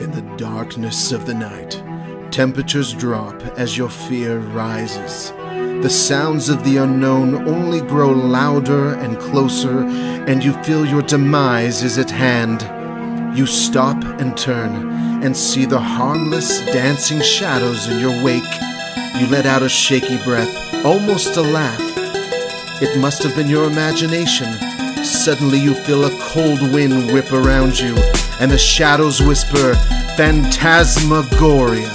In the darkness of the night, temperatures drop as your fear rises. The sounds of the unknown only grow louder and closer, and you feel your demise is at hand. You stop and turn and see the harmless, dancing shadows in your wake. You let out a shaky breath, almost a laugh. It must have been your imagination. Suddenly, you feel a cold wind whip around you, and the shadows whisper, Phantasmagoria.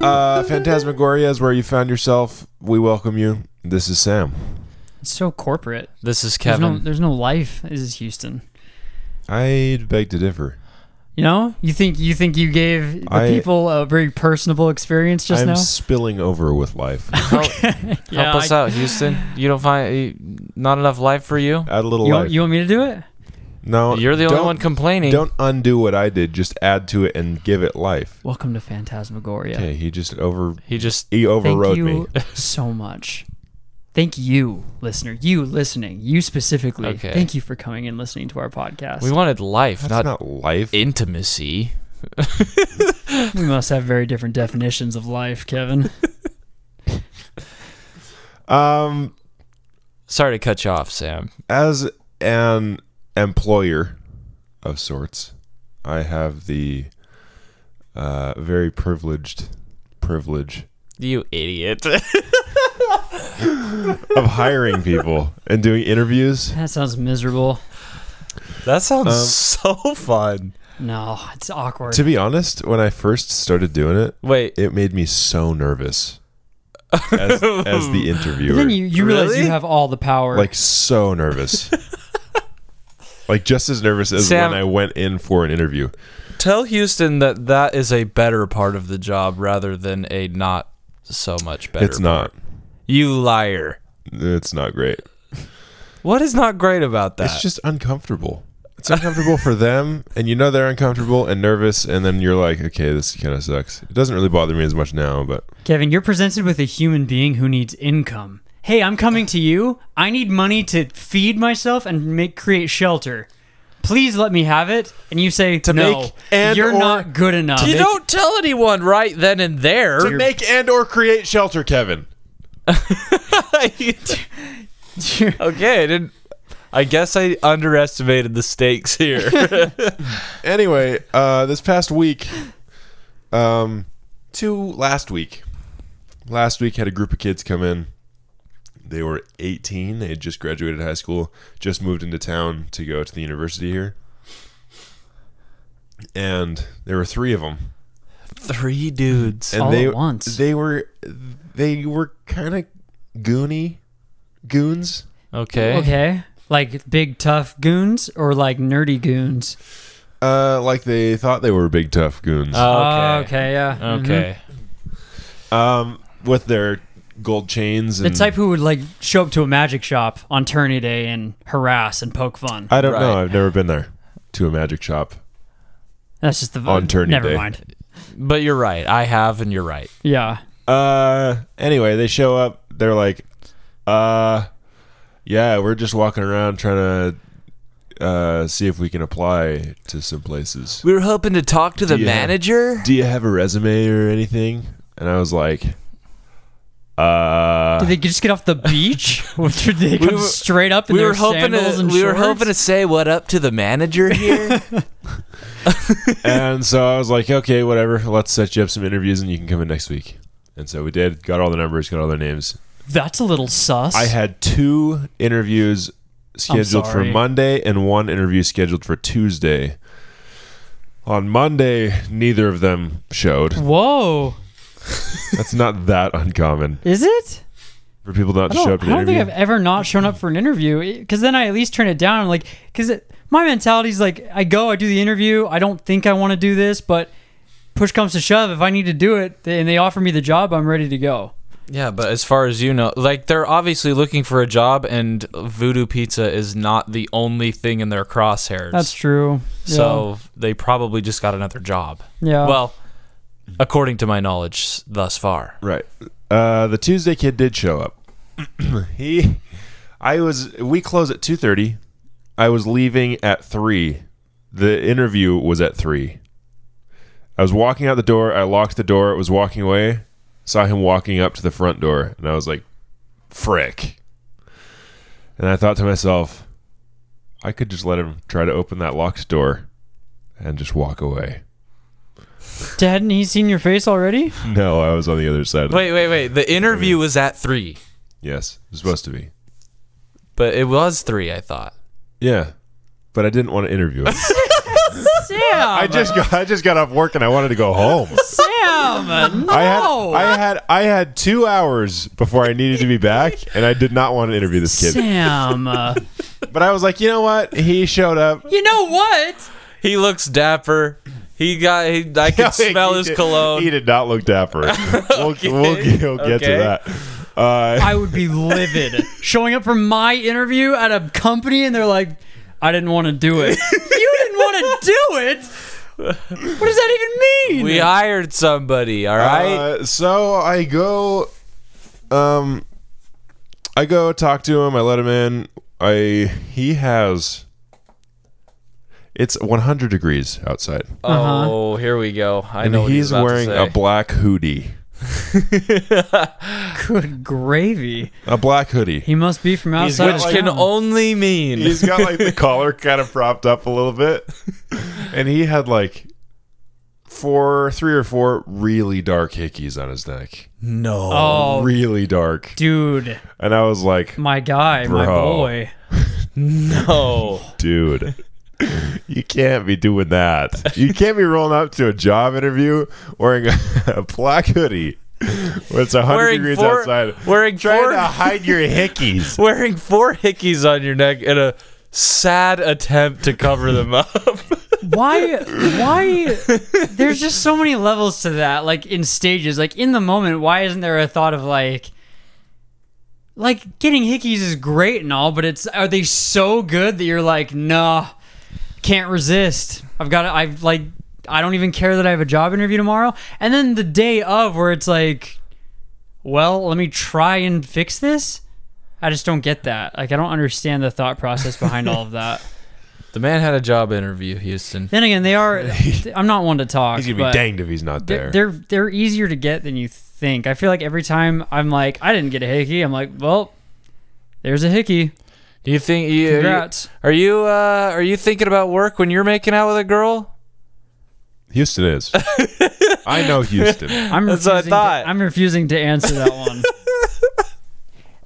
Uh, Phantasmagoria is where you found yourself. We welcome you. This is Sam. It's so corporate. This is There's no, Kevin. there's no life. This is Houston. I'd beg to differ. You know, you think you think you gave the I- people a very personable experience just I'm now. spilling over with life. Help, help I- us out, Houston. You don't find you- not enough life for you. Add a little You life. want, you want me to do it? no, You're the only don't- one complaining. Don't undo what I did. Just add to it and give it life. Welcome to Phantasmagoria. Okay, he just over He just he Thank overrode me. you so much. Thank you, listener. You listening. You specifically. Okay. Thank you for coming and listening to our podcast. we wanted life, That's not, not, life. intimacy. we must have very different definitions of life, Kevin. um, Sorry to cut you off, Sam. as an employer of sorts, I have the uh, very privileged privilege You idiot. of hiring people and doing interviews. that sounds miserable. that sounds Um, so fun. No, it's awkward. To be honest, when I first started doing it, Wait, it made me so nervous as, as the interviewer. But then you, you realize Really? you have all the power. like so nervous. like just as nervous as Sam- when I went in for an interview. tell Houston that that is a better part of the job rather than a not so much better. it's not. You liar. It's not great. What is not great about that? It's just uncomfortable. It's uncomfortable for them, and you know they're uncomfortable and nervous, and then you're like, okay, this kind of sucks. It doesn't really bother me as much now, but Kevin, you're presented with a human being who needs income. Hey, I'm coming to you. I need money to feed myself and make create shelter. Please let me have it. And you say to no, make and you're or- not good enough. you don't tell anyone right then and there. make and or create shelter, Kevin. okay, I didn't. I guess I underestimated the stakes here. Anyway, uh, this past week, um, to last week, last week had a group of kids come in. They were 18. They had just graduated high school, just moved into town to go to the university here, and there were three of them. Three dudes. and all they at once. they were they were kind of goony goons Okay. okay, like big tough goons or like nerdy goons. uh like they thought they were big tough goons Oh, okay, yeah. mhm. Okay. um with their gold chains The and type who would like show up to a magic shop on tourney day and harass and poke fun. i don't know Right. i've never been there to a magic shop That's just the On tourney Never day. mind. But you're right. I have, and you're right. Yeah. uh anyway they show up they're like uh yeah we're just walking around trying to uh see if we can apply to some places We were hoping to talk to the Yeah. manager. do you have a resume or anything and i was like uh Did they just get off the beach? Or did they come were- straight up in We their were hoping sandals to. and We were shorts? hoping to say what up to the manager here. and so I was like, okay, whatever. Let's set you up some interviews, and you can come in next week. And so we did. Got all the numbers. Got all their names. That's a little sus. I had two interviews scheduled for sorry. Monday and one interview scheduled for Tuesday. On Monday, neither of them showed. Whoa. That's not that uncommon Is it? for people not I to don't, show up to I the don't think I've interview. ever not shown up for an interview because then I at least turn it down. Like, because my mentality is like, I go, I do the interview. I don't think I want to do this, but push comes to shove. If I need to do it th- and they offer me the job, I'm ready to go. Yeah, but as far as you know, like they're obviously looking for a job, and Voodoo Pizza is not the only thing in their crosshairs. That's true. Yeah. So they probably just got another job. yeah. Well, according to my knowledge s- thus far. Right. Uh, the Tuesday kid did show up. he, I was. We close at two thirty. I was leaving at three. The interview was at three. I was walking out the door. I locked the door. It was walking away. Saw him walking up to the front door, and I was like, "Frick!" And I thought to myself, I could just let him try to open that locked door, and just walk away. hadn't he seen your face already? No, I was on the other side. Of the- Wait, wait, wait. The interview was at three, yes, it was supposed to be. but it was three, I thought. Yeah, but I didn't want to interview him. Sam, I just got, I just got off work and I wanted to go home. Sam, no. I had I had I had two hours before I needed to be back, and I did not want to interview this kid. Sam, uh, But I was like, you know what? He showed up. you know what? He looks dapper. He got. He, I could smell He his did- cologne. He did not look dapper. We'll, we'll, get- we'll get Okay. to that. Uh, I would be livid showing up for my interview at a company and they're like, I didn't want to do it. you didn't want to do it? What does that even mean? we hired somebody. All right. Uh, so I go, um, I go talk to him. I let him in. I he has. It's 100 degrees outside, Oh, here we go. I uh-huh. and know what he's about to wearing say. a black hoodie. Good gravy. A black hoodie. He must be from outside. which of can town. only mean He's got like the collar kind of propped up a little bit. And he had like four, three or four really dark hickeys on his neck. no. Oh, Really dark. dude, And I was like, my guy, my Bro. boy. No. dude, you can't be doing that. You can't be rolling up to a job interview wearing a, black hoodie when it's 100 Wearing degrees four- outside. wearing trying four- to hide your hickeys. Wearing four hickeys on your neck in a sad attempt to cover them up. Why? Why? There's just so many levels to that. Like in stages. Like in the moment, why isn't there a thought of like, like getting hickeys is great and all, but it's are they so good that you're like, nah, can't resist. I've got. to I've like. I don't even care that I have a job interview tomorrow. And then the day of, where it's like, well, let me try and fix this. I just don't get that. Like, I don't understand the thought process behind all of that. the man had a job interview, Houston. Then again, they are. I'm not one to talk. He's going to be but danged if he's not They're, there. they're they're easier to get than you think. I feel like every time I'm like, I didn't get a hickey. I'm like, well, there's a hickey. Do you think you Congrats. are you uh, are you thinking about work when you're making out with a girl? Houston is. I know Houston. I'm That's refusing. what I thought. To, I'm refusing to answer that one.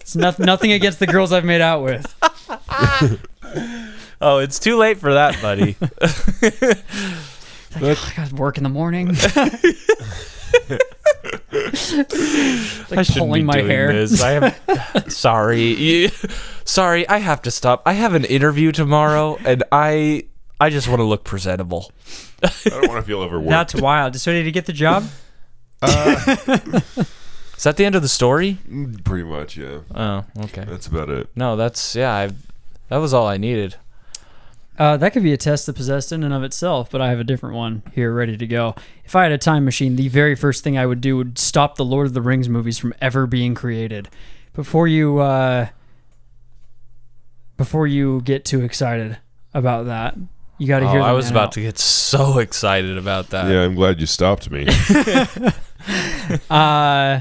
it's noth- nothing against the girls I've made out with. Oh, it's too late for that, buddy. Like, "Oh, I got work in the morning. It's like pulling my hair. I am sorry. You- sorry, I have to stop. I have an interview tomorrow, and I I just want to look presentable. I don't want to feel overworked. That's wild. So did he get the job? Is that the end of the story? Pretty much, yeah. Oh, okay. That's about it. No, that's yeah. I that was all I needed. Uh, that could be a test that possessed in and of itself, but I have a different one here ready to go. If I had a time machine, the very first thing I would do would stop the Lord of the Rings movies from ever being created. Before you, uh, before you get too excited about that, you got to Oh, hear. I the was man about out. to get so excited about that. Yeah, I'm glad you stopped me. Uh,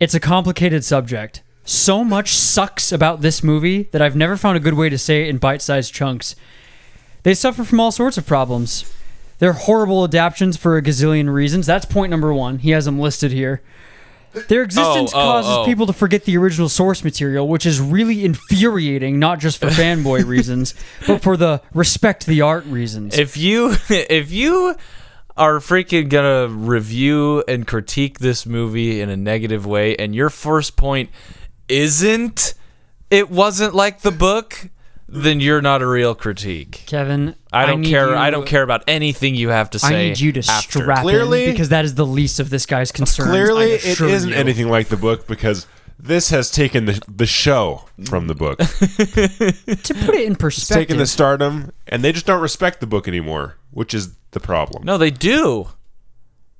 it's a complicated subject. So much sucks about this movie that I've never found a good way to say it in bite sized chunks. They suffer from all sorts of problems. They're horrible adaptions for a gazillion reasons. That's point number one. He has them listed here. Their existence Oh, oh, causes oh. people to forget the original source material, which is really infuriating, not just for fanboy reasons, but for the respect the art reasons. If you if you are freaking gonna review and critique this movie in a negative way, and your first point isn't it wasn't like the book, then you're not a real critique. Kevin. I don't need care. you- I don't care about anything you have to I say. need you to after. strap Clearly- in because that is the least of this guy's concerns. Clearly, I it assure isn't you. anything like the book because this has taken the, the show from the book. It's To put it in perspective, taken the stardom, and they just don't respect the book anymore, which is the problem. No, they do.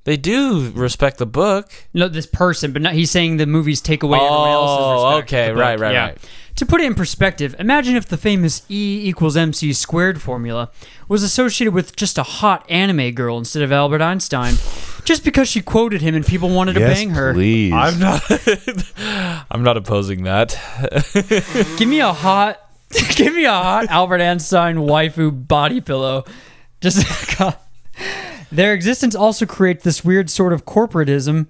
They do respect the book. no, this person, but not, he's saying the movies take away everyone else's Oh, respect. okay, for the book. right, right, right. To put it in perspective, imagine if the famous E equals MC squared formula was associated with just a hot anime girl instead of Albert Einstein, just because she quoted him and people wanted to bang her. please. I'm not. I'm not opposing that. Give me a hot, give me a hot Albert Einstein waifu body pillow. Just their existence also creates this weird sort of corporatism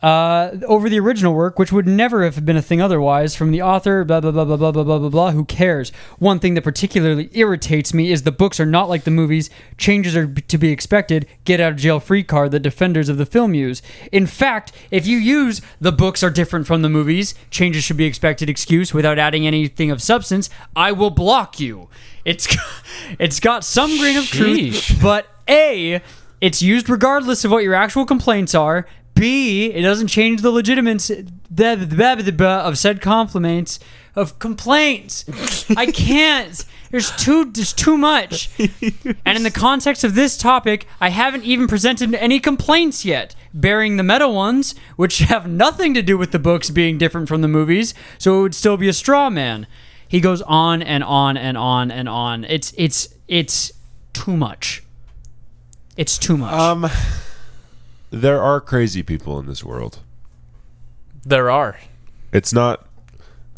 uh, over the original work, which would never have been a thing otherwise. From the author, blah blah blah blah blah blah blah blah. blah who cares? One thing that particularly irritates me is the books are not like the movies. Changes are b- to be expected. Get out of jail free card that defenders of the film use. In fact, if you use the books are different from the movies, changes should be expected excuse without adding anything of substance. I will block you. It's it's got some grain of truth, Sheesh. but a it's used regardless of what your actual complaints are. B, it doesn't change the legitimacy the- the- the- the- the- of said compliments of complaints. I can't. There's too there's too much. And in the context of this topic, I haven't even presented any complaints yet, bearing the meta ones, which have nothing to do with the books being different from the movies, so it would still be a straw man. He goes on and on and on and on. It's it's it's too much. It's too much. Um, there are crazy people in this world. There are. It's not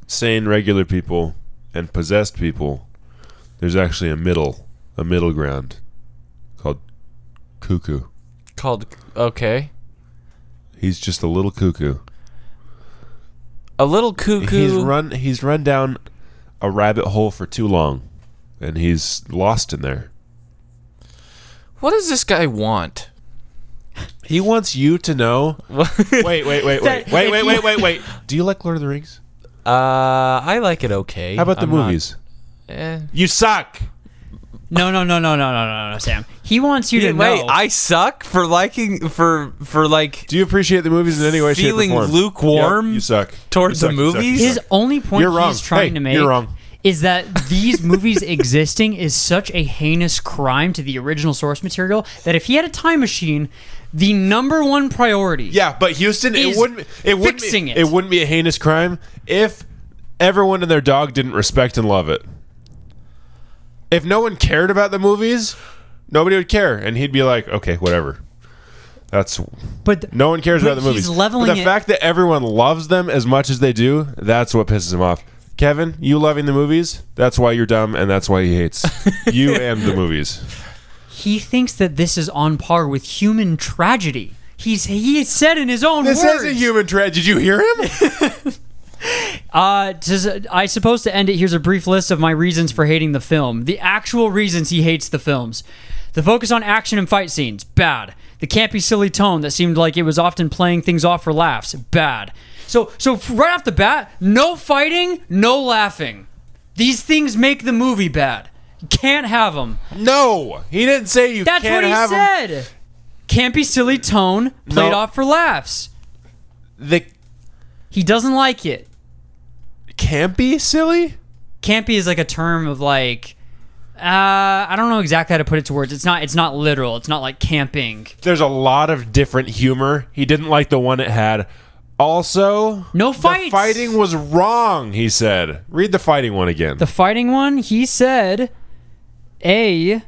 sane, regular people and possessed people. There's actually a middle, a middle ground called cuckoo. called okay He's just a little cuckoo. a little cuckoo He's run. He's run down a rabbit hole for too long, and he's lost in there. what does this guy want He wants you to know. wait, wait, wait, wait, wait, That- wait, wait, wait, wait. Do you like Lord of the Rings? uh i like it okay How about the I'm not- movies? eh. You suck. No, no, no, no, no, no, no, no, Sam. He wants you Yeah, to wait know. i suck for liking for for like Do you appreciate the movies in any way, Feeling shape, or form? lukewarm Yep, you suck. towards You the suck, you suck, movies? you his suck. only point You're wrong. he's trying Hey, to make you're wrong. is that these movies existing is such a heinous crime to the original source material that if he had a time machine, the number one priority. Yeah, but Houston, it He's wouldn't. It wouldn't. fixing Be, it. it. wouldn't be a heinous crime if everyone and their dog didn't respect and love it. If no one cared about the movies, nobody would care, and he'd be like, "Okay, whatever." That's but th- no one cares about But the he's movies. leveling but the it- fact that everyone loves them as much as they do, that's what pisses him off. Kevin, you loving the movies? That's why you're dumb, and that's why he hates you and the movies. he thinks that this is on par with human tragedy. He's he said in his own This words. is a human tragedy. Did you hear him? Uh, does, I suppose to end it, here's a brief list of my reasons for hating the film. The actual reasons he hates the films. The focus on action and fight scenes, bad. The campy, silly tone that seemed like it was often playing things off for laughs, bad. So, so right off the bat, no fighting, no laughing. These things make the movie bad. Can't have them. no, he didn't say you That's can't what he have 'em. said. Campy, silly tone played No. off for laughs. the He doesn't like it. campy silly campy is like a term of like uh, I don't know exactly how to put it to words. It's not it's not literal. It's not like camping. there's a lot of different humor he didn't like the one it had also No the fights. fighting was wrong he said read the fighting one again The fighting one, he said A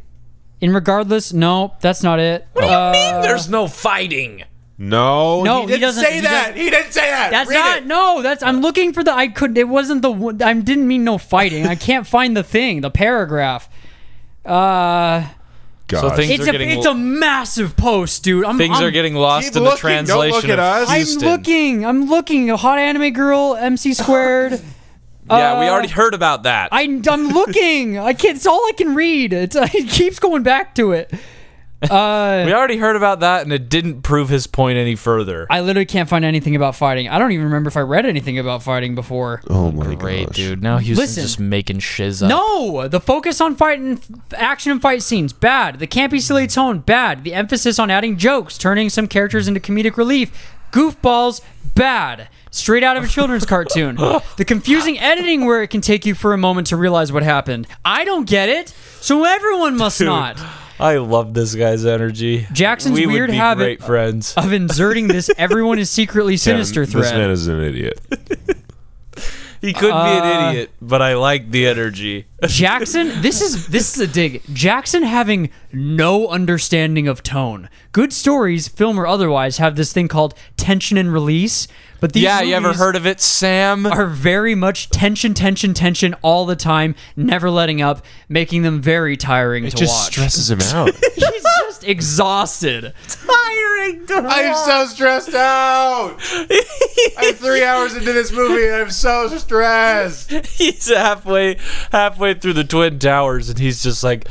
in regardless, no, that's not it. Uh, What do you mean there's no fighting no No, he he didn't doesn't- say he that doesn't- he didn't say that That's Read not it. no, that's I'm looking for the I couldn't it wasn't the one- I didn't mean no fighting. I can't find the thing, the paragraph. Uh Gosh. So things- it's are a getting it's l- a massive post, dude. I'm, things I'm- are getting lost Keep in the looking, don't translation look at of us. I'm Houston. I'm looking. I'm looking. A hot anime girl, MC squared. yeah we uh, already heard about that I, I'm looking. I can't. It's all I can read. It's, it keeps going back to it. Uh, We already heard about that, and it didn't prove his point any further. I literally can't find anything about fighting. I don't even remember if I read anything about fighting before. Oh my Great, gosh. dude. Now Houston's Listen. just making shiz up. No, the focus on fight and f- action and fight scenes bad. The campy, silly tone bad. The emphasis on adding jokes, turning some characters into comedic relief, goofballs bad. Straight out of a children's cartoon. The confusing editing where it can take you for a moment to realize what happened. I don't get it, so everyone must not. I love this guy's energy. Jackson's we weird would be habit- Great friends. Of inserting this, everyone is secretly Yeah, sinister This man thread. is an idiot. He could be Uh, an idiot, but I like the energy. Jackson, this is this is a dig. Jackson having no understanding of tone. Good stories, film or otherwise, have this thing called tension and release. But these yeah, you ever movies heard of it, Sam? are very much tension, tension, tension all the time, never letting up, making them very tiring to watch. stresses him out. He's just exhausted. Tiring. I'm so stressed out. I'm three hours into this movie and I'm so stressed. he's halfway halfway through the twin towers and he's just like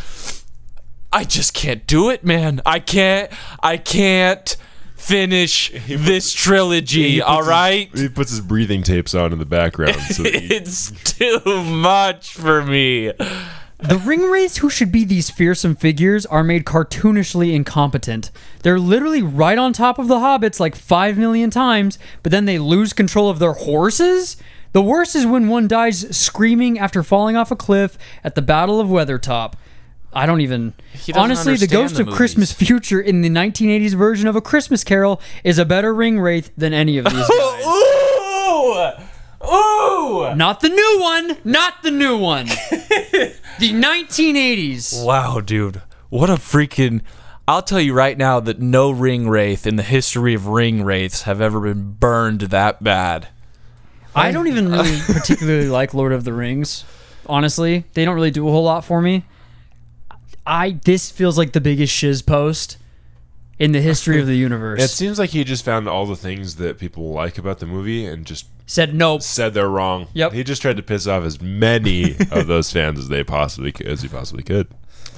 i just can't do it man i can't i can't finish this trilogy all right He puts his breathing tapes on in the background. So that he- it's too much for me The ring wraiths, who should be these fearsome figures, are made cartoonishly incompetent. They're literally right on top of the hobbits like 5 million times, but then they lose control of their horses? The worst is when one dies screaming after falling off a cliff at the Battle of Weathertop. I don't even. He doesn't Honestly, the understand Ghost the of Christmas Future in the 1980s version of A Christmas Carol is a better ring wraith than any of these guys. ooh ooh not the new one! Not the new one! the 1980s! wow dude what a freaking I'll tell you right now that no ring wraith in the history of ring wraiths have ever been burned that bad. I don't even really particularly like Lord of the Rings. Honestly, they don't really do a whole lot for me. I this feels like the biggest shiz post in the history of the universe. it seems like he just found all the things that people like about the movie and just Said nope. said they're wrong. Yep. He just tried to piss off as many of those fans as they possibly could, as he possibly could.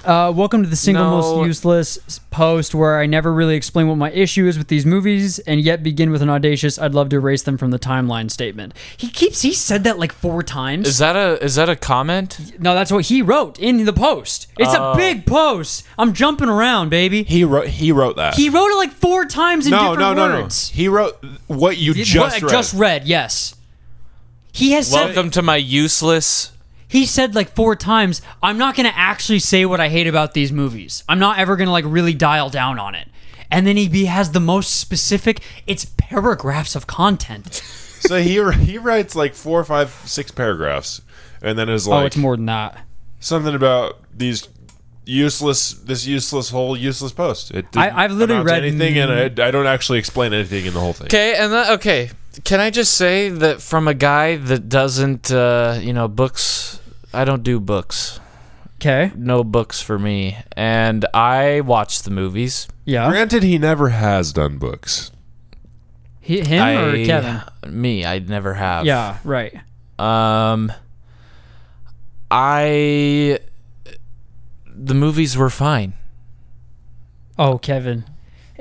Uh, welcome to the single No. most useless s- post where I never really explain what my issue is with these movies and yet begin with an audacious "I'd love to erase them from the timeline" statement. He keeps he said that like four times. Is that a is that a comment? no, that's what he wrote in the post. It's a big post. I'm jumping around, baby. He wrote. He wrote that. He wrote it like four times in no, different no, no, no. words. He wrote what you It- just what I read. just read, yes. He has said Welcome to my useless. he said like four times, I'm not gonna actually say what I hate about these movies. I'm not ever gonna like really dial down on it. And then he be- has the most specific it's paragraphs of content. so he he writes like four, five, six paragraphs, and then is like oh, it's more than that. something about these useless this useless whole useless post. It didn't I- I've literally amount to read- anything, and I, I don't actually explain anything in the whole thing. Okay, and that, okay. Can I just say that from a guy that doesn't, uh, you know, books. I don't do books. Okay. No books for me. And I watch the movies. Yeah. Granted, he never has done books. He, him I- or Kevin? Me, I never have. Yeah, right. Um. I. The movies were fine. Oh, Kevin.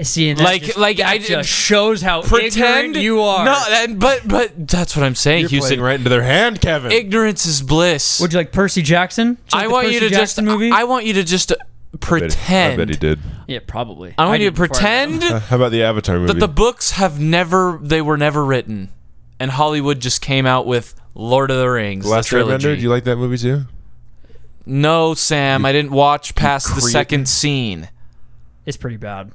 See, and that Like- just- like, that I didn't- just shows how ignorant you are. No, and, but but that's what I'm saying, You're Houston. playing right into their hand, Kevin. Ignorance is bliss. Would you like Percy Jackson? Did you like I the want Percy you to just. Jackson movie. I I want you to just uh, I bet he- pretend. I bet he did. yeah, probably. I want you did to before I read it. pretend Uh, How about the Avatar movie? that the books have never. They were never written, and Hollywood just came out with Lord of the Rings. Last the trilogy. Airbender. Do you like that movie too? no, Sam. I didn't watch past the creep. second scene. It's pretty bad.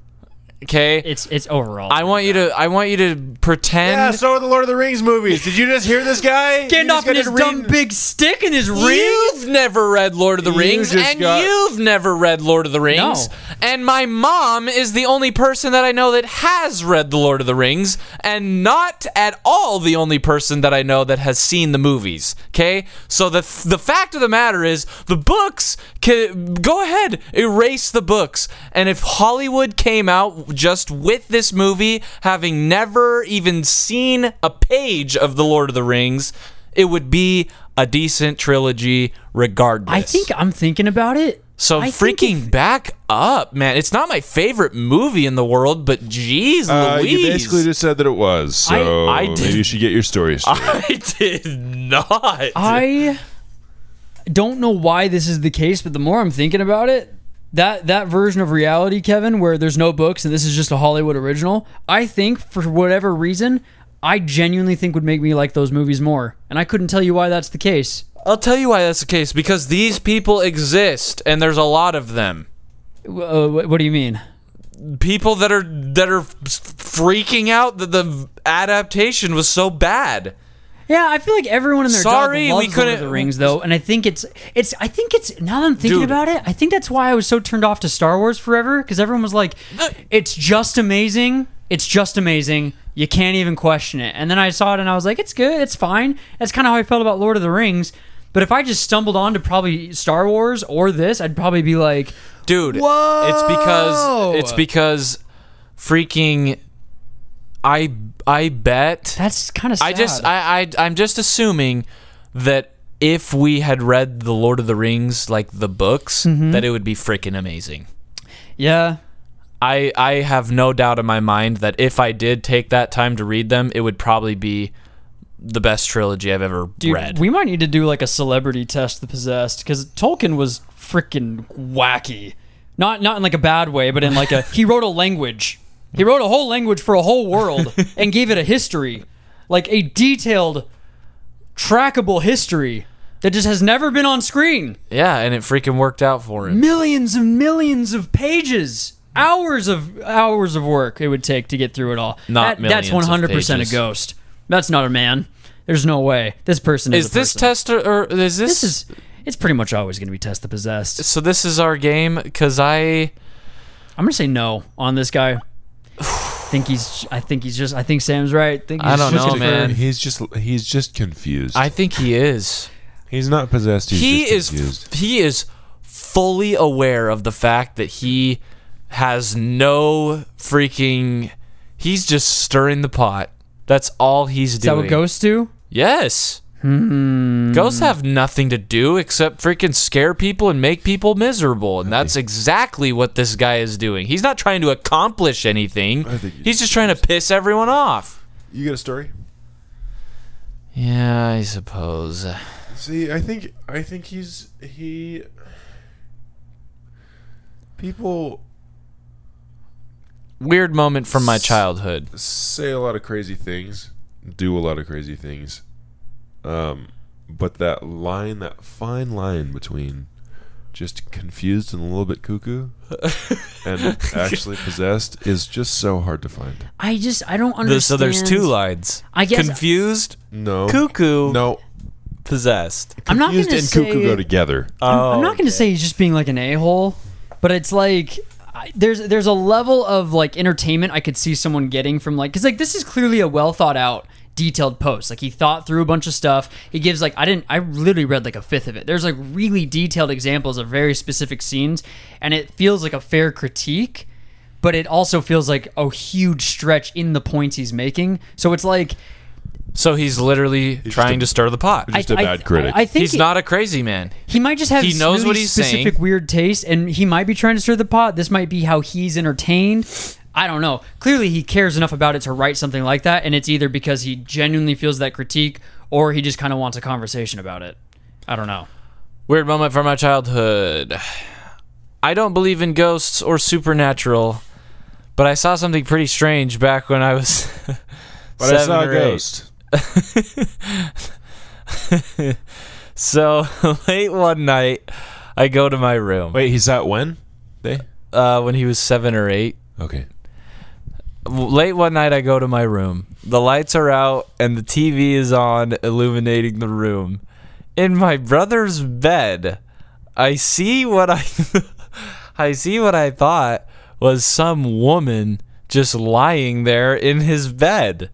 Okay. It's it's overall. I want you to. I want you to pretend. Yeah, so are the Lord of the Rings movies. Did you just hear this guy? You just Gandalf got and his to dumb read- big stick and his ring. You've never read Lord of the You Rings, just and got- you've never read Lord of the Rings. No. And my mom is the only person that I know that has read the Lord of the Rings, and not at all the only person that I know that has seen the movies. Okay, so the the fact of the matter is, the books. Can, go ahead, erase the books. And if Hollywood came out just with this movie, having never even seen a page of the Lord of the Rings it would be a decent trilogy regardless. I think I'm thinking about it. So I think freaking back up, man. It's not my favorite movie in the world, but jeez Uh, Louise. you basically just said that it was, so I- I did- maybe you should get your story straight. I did not. I don't know why this is the case, but the more I'm thinking about it, that that version of reality, Kevin, where there's no books and this is just a Hollywood original, I think for whatever reason, I genuinely think would make me like those movies more, and I couldn't tell you why that's the case. I'll tell you why that's the case because these people exist and there's a lot of them. W- Uh, wh- what do you mean? People that are that are freaking out that the adaptation was so bad. Yeah, I feel like everyone in their Sorry, job loves we Lord of couldn't- the Rings, though, and I think it's it's I think it's now that I'm thinking Dude. about it, I think that's why I was so turned off to Star Wars forever because everyone was like, Uh, "It's just amazing, it's just amazing, you can't even question it." And then I saw it and I was like, "It's good, it's fine." That's kind of how I felt about Lord of the Rings. But if I just stumbled onto probably Star Wars or this, I'd probably be like, dude it's because it's because freaking i i bet "That's kind of." i just I, I i'm just assuming that if we had read the lord of the rings like the books that it would be freaking amazing yeah, I, I have no doubt in my mind that if I did take that time to read them, it would probably be the best trilogy I've ever dude, read. we might need to do like a celebrity test the possessed because Tolkien was freaking wacky. Not not in like a bad way, but in like a he wrote a language. He wrote a whole language for a whole world and gave it a history, like a detailed, trackable history that just has never been on screen. yeah, and it freaking worked out for him. Millions and millions of pages, hours of hours of work it would take to get through it all. Not that, that's millions of one hundred percent a pages. ghost. That's not a man. There's no way this person is. Is a this person. test or, or is This is it's pretty much always going to be test the possessed. so this is our game because I I'm going to say no on this guy. think he's I think he's just I think Sam's right. think he's I don't just know, gonna- man. He's just he's just confused. I think he is. he's not possessed. He's he just is confused. he is fully aware of the fact that he has no freaking he's just stirring the pot. That's all he's Is that doing. what ghosts Hmm. do? Yes. Ghosts have nothing to do except freaking scare people and make people miserable. And that's exactly what this guy is doing. He's not trying to accomplish anything. I think you He's just trying to piss everyone off. You got a story? Yeah, I suppose. See, I think I think he's he. People Weird moment from my childhood. say a lot of crazy things, do a lot of crazy things, um, but that line, that fine line between just confused and a little bit cuckoo and actually possessed is just so hard to find. I just I don't understand. Th- So there's two lines. I guess- confused, No, cuckoo, no, possessed. I'm not going confused to and say cuckoo go together. I'm Oh, not going to say he's just being like an a-hole, but it's like I, there's there's a level of like entertainment I could see someone getting from like cuz like this is clearly a well thought out detailed post. Like he thought through a bunch of stuff. He gives like I didn't I literally read like a fifth of it. There's like really detailed examples of very specific scenes and it feels like a fair critique but it also feels like a huge stretch in the points he's making. So it's like So he's literally trying a- to stir the pot. just I- a I- bad critic. I, I think He's he- not a crazy man. He might just have He knows really what he's specific saying. weird taste, and he might be trying to stir the pot. This might be how he's entertained. I don't know. Clearly, he cares enough about it to write something like that, and it's either because he genuinely feels that critique, or he just kind of wants a conversation about it. I don't know. Weird moment from my childhood. I don't believe in ghosts or supernatural, but I saw something pretty strange back when I was. but I seven saw a or eight. ghost. So late one night, I go to my room. Wait, he saw it when? They? Uh, when he was seven or eight, Okay. late one night I go to my room. The lights are out and the TV is on illuminating the room. In my brother's bed, I see what I I see what I thought was some woman just lying there in his bed.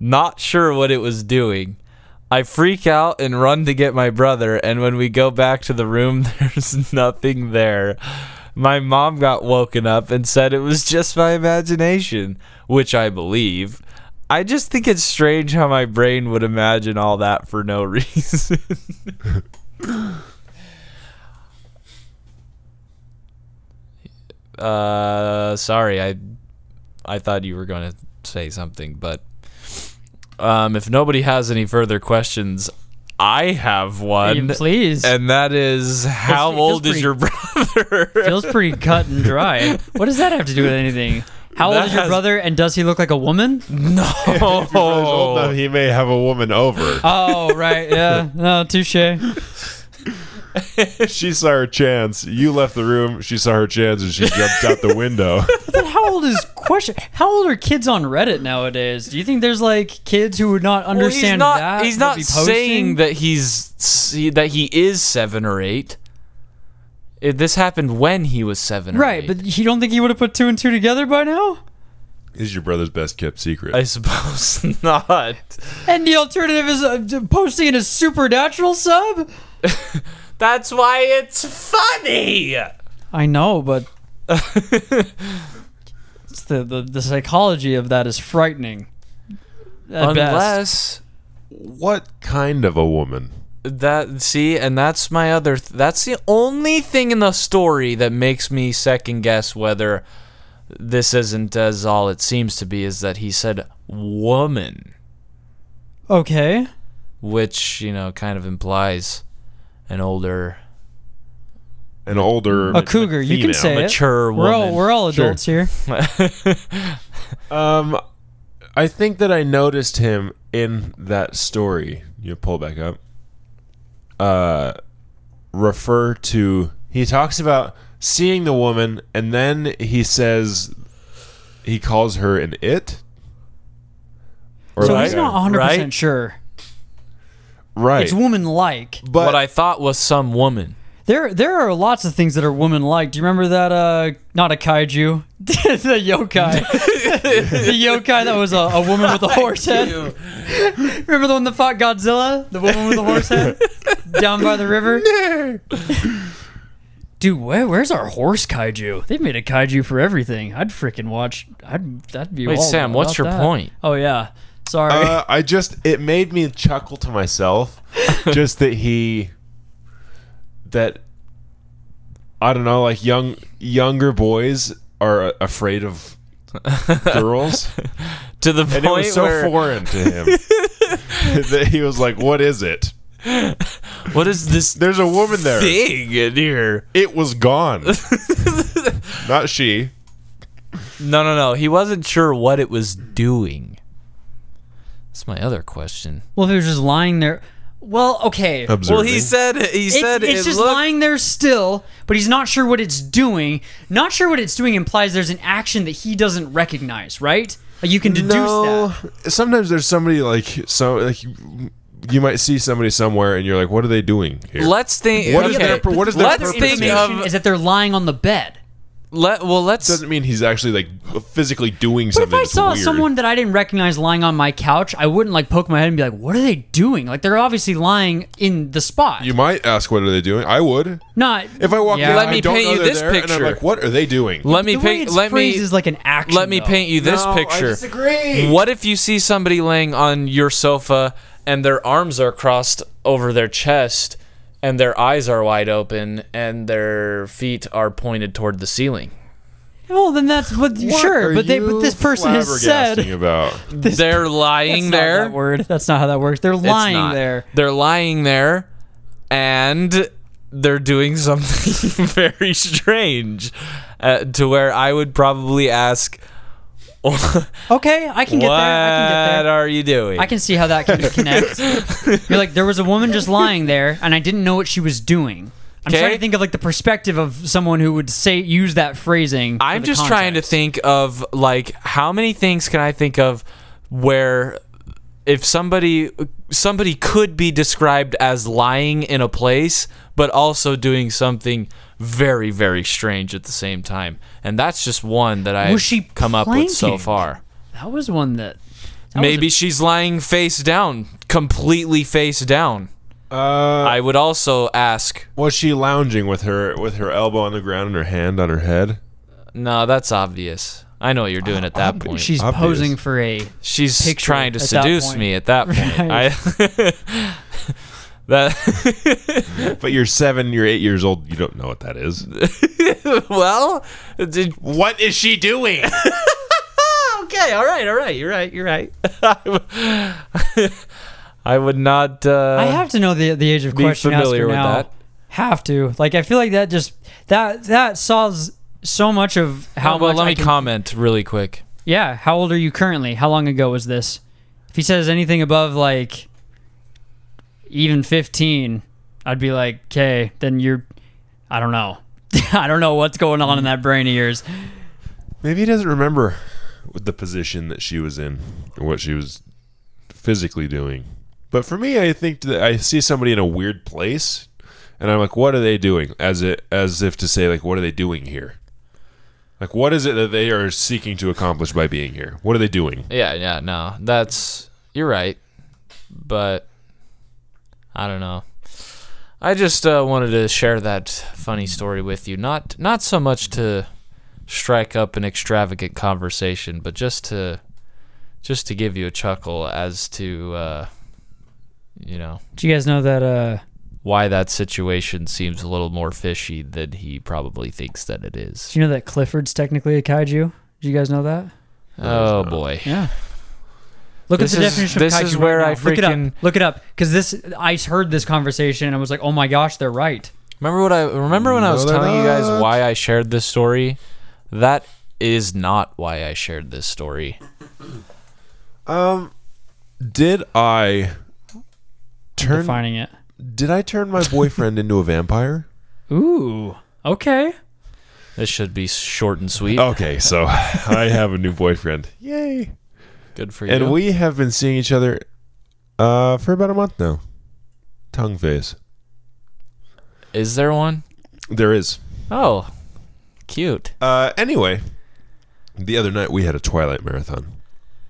Not sure what it was doing. I freak out and run to get my brother, and when we go back to the room, there's nothing there. My mom got woken up and said it was just my imagination, which I believe. I just think it's strange how my brain would imagine all that for no reason. Uh, sorry, I, I thought you were going to say something, but um, if nobody has any further questions, I have one. Hey, please. And that is, how feels old pretty- is your brother? Feels pretty cut and dry. What does that have to do with anything? How old That is your has- brother, and does he look like a woman? He's old enough, no. he may have a woman over. Oh, right. Yeah. No, touche. That's she saw her chance. You left the room. She saw her chance, and she jumped out the window. how old is question? How old are kids on Reddit nowadays? Do you think there's like kids who would not Well, he's understand not. that? he's would not be posting? saying that he's see, that he is seven or eight. It, this happened when he was seven. or Right, eight, but you don't think he would have put two and two together by now? Is your brother's best kept secret? I suppose not. And the alternative is uh, d- posting in a supernatural sub. That's why it's funny. I know, but it's the, the the psychology of that is frightening. At best. Unless what kind of a woman? that see, and that's my other. Th- that's the only thing in the story that makes me second guess whether this isn't as all it seems to be. Is that he said woman. Okay. which you know kind of implies an older, An older A cougar, you can female. say it. mature We're all woman. we're all Sure. adults here. Um, I think that I noticed him in that story. You pull back up. Uh, refer to he talks about seeing the woman, and then he says he calls her an it. Or So like he's a- not 100 Right? percent sure. right. It's woman-like. but what I thought was some woman. There there are lots of things that are woman-like. Do you remember that? Uh, not a kaiju, the yokai, the yokai that was a, a woman with a horse head. Remember the one that fought Godzilla? The woman with the horse head down by the river. Dude, where, where's our horse kaiju? They've made a kaiju for everything. I'd freaking watch. I'd that'd be. Wait, all Sam, about what's your that. point? Oh yeah, sorry. Uh, I just it made me chuckle to myself, just that he, that I don't know, like young younger boys are a- afraid of girls, To the and it point was so where foreign to him that he was like, "What is it? what is this There's a woman there. thing in here? It was gone, not she." No, no, no. He wasn't sure what it was doing. That's my other question. well, if it was just lying there. Well, okay. Observing. said he It- it's just lying there still, but he's not sure what it's doing. Not sure what it's doing implies there's an action that he doesn't recognize, right? Like you can deduce no. that. Sometimes there's somebody like so like you- you might see somebody somewhere, and you're like, "What are they doing here?" Let's think. What okay. is their pur- what is their Let's purpose think here? Information of. is that they're lying on the bed. Let, well, let's. doesn't mean he's actually like physically doing But something. if I that's saw weird. someone that I didn't recognize lying on my couch, I wouldn't like poke my head and be like, "What are they doing?" Like they're obviously lying in the spot. you might ask, "What are they doing?" I would. not If I walk Yeah. in, Let I me don't paint know you they're this there, and picture. I'm like, "What are they doing?" let me the way paint. it's Let me. phrased is like an action. let me though. paint you this No, picture. I disagree. What if you see somebody laying on your sofa and their arms are crossed over their chest and their eyes are wide open and their feet are pointed toward the ceiling? Well, then that's what, What sure, are but they but you this person has said flabbergasting about They're That's not lying there. that word. That's not how that works. They're It's lying not. there. They're lying there and they're doing something very strange uh, to where I would probably ask what Okay, I can get there. I can get there. are you doing? I can see how that can connect. You're like, there was a woman just lying there, and I didn't know what she was doing. I'm Okay. trying to think of like the perspective of someone who would say use that phrasing. for I'm the just trying to context. think of like how many things can I think of where if somebody somebody could be described as lying in a place but also doing something very very strange at the same time. And that's just one that I've Was she come up with so planking? far. that was one that, that was Maybe she's lying face down, completely face down. uh, I would also ask. was she lounging with her with her elbow on the ground and her hand on her head? No, that's obvious. I know what you're doing at that a- point. she's obvious. posing for a. She's picture trying to at that seduce point. me at that point. I, That But you're seven, you're eight years old. You don't know what that is. well, did, What is she doing? okay, all right, all right. You're right. You're right. I would not. Uh, I have to know the the age of be question familiar asker with now. that. Have to. Like I feel like that just that that solves so much of how How Oh, well, much let I me can- comment really quick. Yeah, how old are you currently? How long ago was this? If he says anything above like even 15, I'd be like, "Okay, then you're I don't know. I don't know what's going on in that brain of yours." Maybe he doesn't remember the position that she was in or what she was physically doing. But for me, I think that I see somebody in a weird place, and I'm like, "What are they doing?" As it as if to say, like, "What are they doing here?" Like, what is it that they are seeking to accomplish by being here? What are they doing? Yeah, yeah, no, that's you're right, but I don't know. I just uh, wanted to share that funny story with you. Not not so much to strike up an extravagant conversation, but just to just to give you a chuckle as to uh, you know Do you guys know that uh why that situation seems a little more fishy than he probably thinks that it is. do you know that Clifford's technically a kaiju? Do you guys know that? Oh boy. Yeah. Look This at the is- definition this of kaiju. is right where now. I freaking- look it up. Look it up because this I heard this conversation and I was like, "Oh my gosh, they're right." Remember what I remember when I No, was they're telling you guys not. why I shared this story? That is not why I shared this story. Um, Did I turn? Defining it. Did I turn my boyfriend into a vampire? Ooh. Okay. This should be short and sweet. Okay, so I have a new boyfriend. Yay! Good for you. And we have been seeing each other uh, for about a month now. Tongue phase. is there one? There is. Oh. Cute. Uh, anyway, the other night we had a Twilight marathon.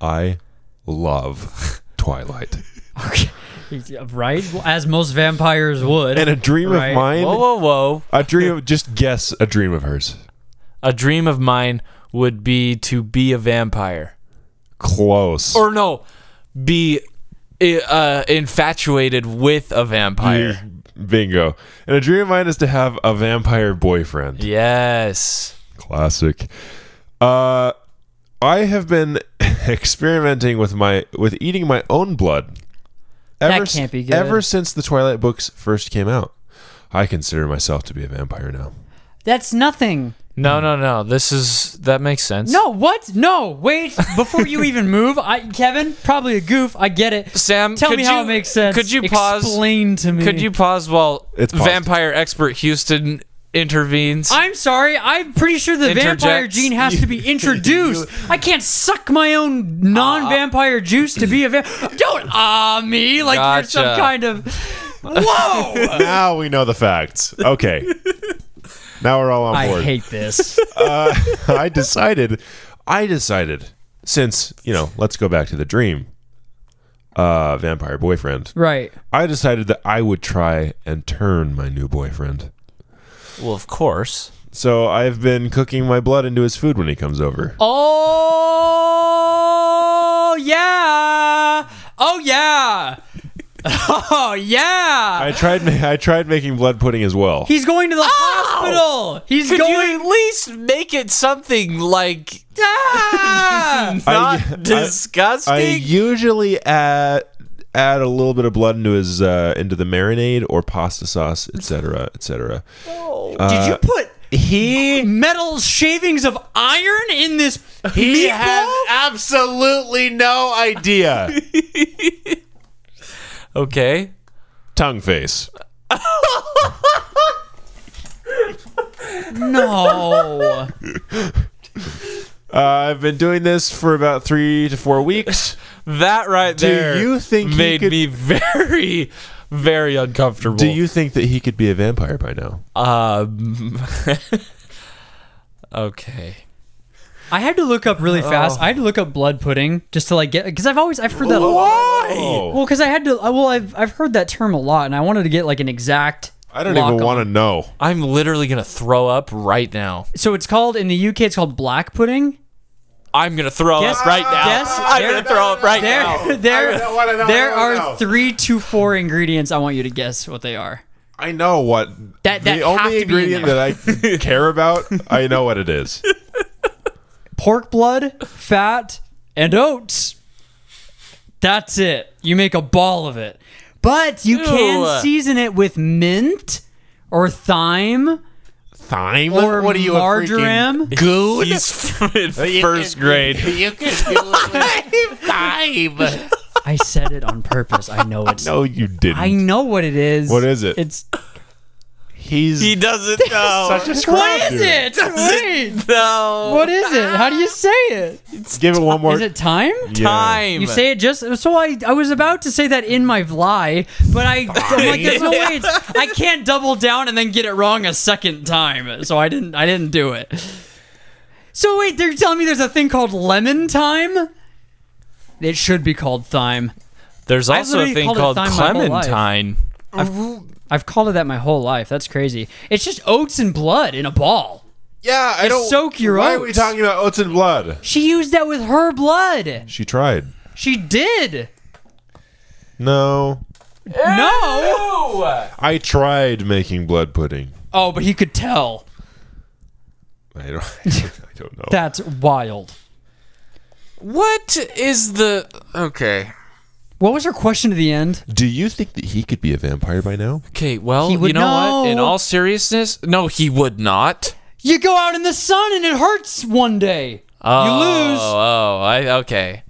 I love Twilight. Right? Well, As most vampires would. And a dream Right. of mine. Whoa, whoa, whoa. A dream of just guess a dream of hers. A dream of mine would be to be a vampire. Close. Or no, be i- uh, infatuated with a vampire. Bingo. And a dream of mine is to have a vampire boyfriend. Yes. Classic. Uh, I have been experimenting with my with eating my own blood. Ever, s- can't be good. Ever since the Twilight books first came out, I consider myself to be a vampire now. That's nothing. Hmm. No, no, no. This is that makes sense. No, what? No, wait. Before you even move, I, Kevin, probably a goof. I get it. Sam, tell could me how you- it makes sense. could you pause- Explain to me. Could you pause while It's paused. vampire expert Houston intervenes? I'm sorry. I'm pretty sure the vampire Interjects. gene has to be introduced. I can't suck my own non-vampire juice to be a vampire. Don't ah me like you're some Gotcha. kind of. Whoa! now we know the facts. Okay. now we're all on I board. hate this. I decided. I decided since you know, let's go back to the dream. Uh, vampire boyfriend. Right. I decided that I would try and turn my new boyfriend. well, of course. So I've been cooking my blood into his food when he comes over. Oh yeah! Oh yeah! Oh yeah! I tried. ma- I tried making blood pudding as well. He's going to the hospital. He's Oh! Could going. you at least make it something like Ah! not I- disgusting? I usually add add a little bit of blood into his uh, into the marinade or pasta sauce, etc., etc. uh, Did you put he metal shavings of iron in this meatball? absolutely no idea. okay. Tongue face. no. Uh, I've been doing this for about three to four weeks. That right Do there you think he made could- me very very uncomfortable. Do you think that he could be a vampire by now? um Okay. I had to look up Oh. really fast. I had to look up blood pudding just to like get because I've always I've heard that. a lot. Why? Well, because I had to. Well, I've I've heard that term a lot, and I wanted to get like an exact. I don't lock even on. want to know. I'm literally going to throw up right now. So it's called in the UK. It's called black pudding. I'm gonna throw Yes, up right now. yes, I'm there- gonna throw up right now. There, there, I don't wanna know, there I don't wanna are know. three to four ingredients. I want you to guess what they are. I know what That- that the have only to be in ingredient that I care about. I know what it is. pork blood, fat, and oats. That's it. You make a ball of it. But you Ew. can season it with mint or thyme Thyme? or what are you, a freaking marjoram. goon? He's in first grade. You can do thyme. I said it on purpose. I know it's. No, you didn't. I know what it is. What is it? It's He's He doesn't know. such a scrub, what is dude. it? Wait, no. what is it? How do you say it? Give it one more Is it time? Yeah. time? You say it just so I I was about to say that in my lie, but I I'm like there's no way it's, I can't double down and then get it wrong a second time. So I didn't I didn't do it. So wait, they're telling me there's a thing called lemon time? It should be called thyme. There's also a literally thing called it called thyme my whole life. clementine. I've called it that my whole life. That's crazy. It's just oats and blood in a ball. Yeah, I You don't. soak your Why are we oats. talking about oats and blood? She used that with her blood. She tried. She did. No, No. I tried making blood pudding. Oh, but he could tell. I don't. I don't know. That's wild. What is the okay? What was her question at the end? Do you think that he could be a vampire by now? Okay, well, He would you know what? In know. all seriousness, no, he would not. You go out in the sun and it hurts one day. you Oh, lose. Oh, I okay.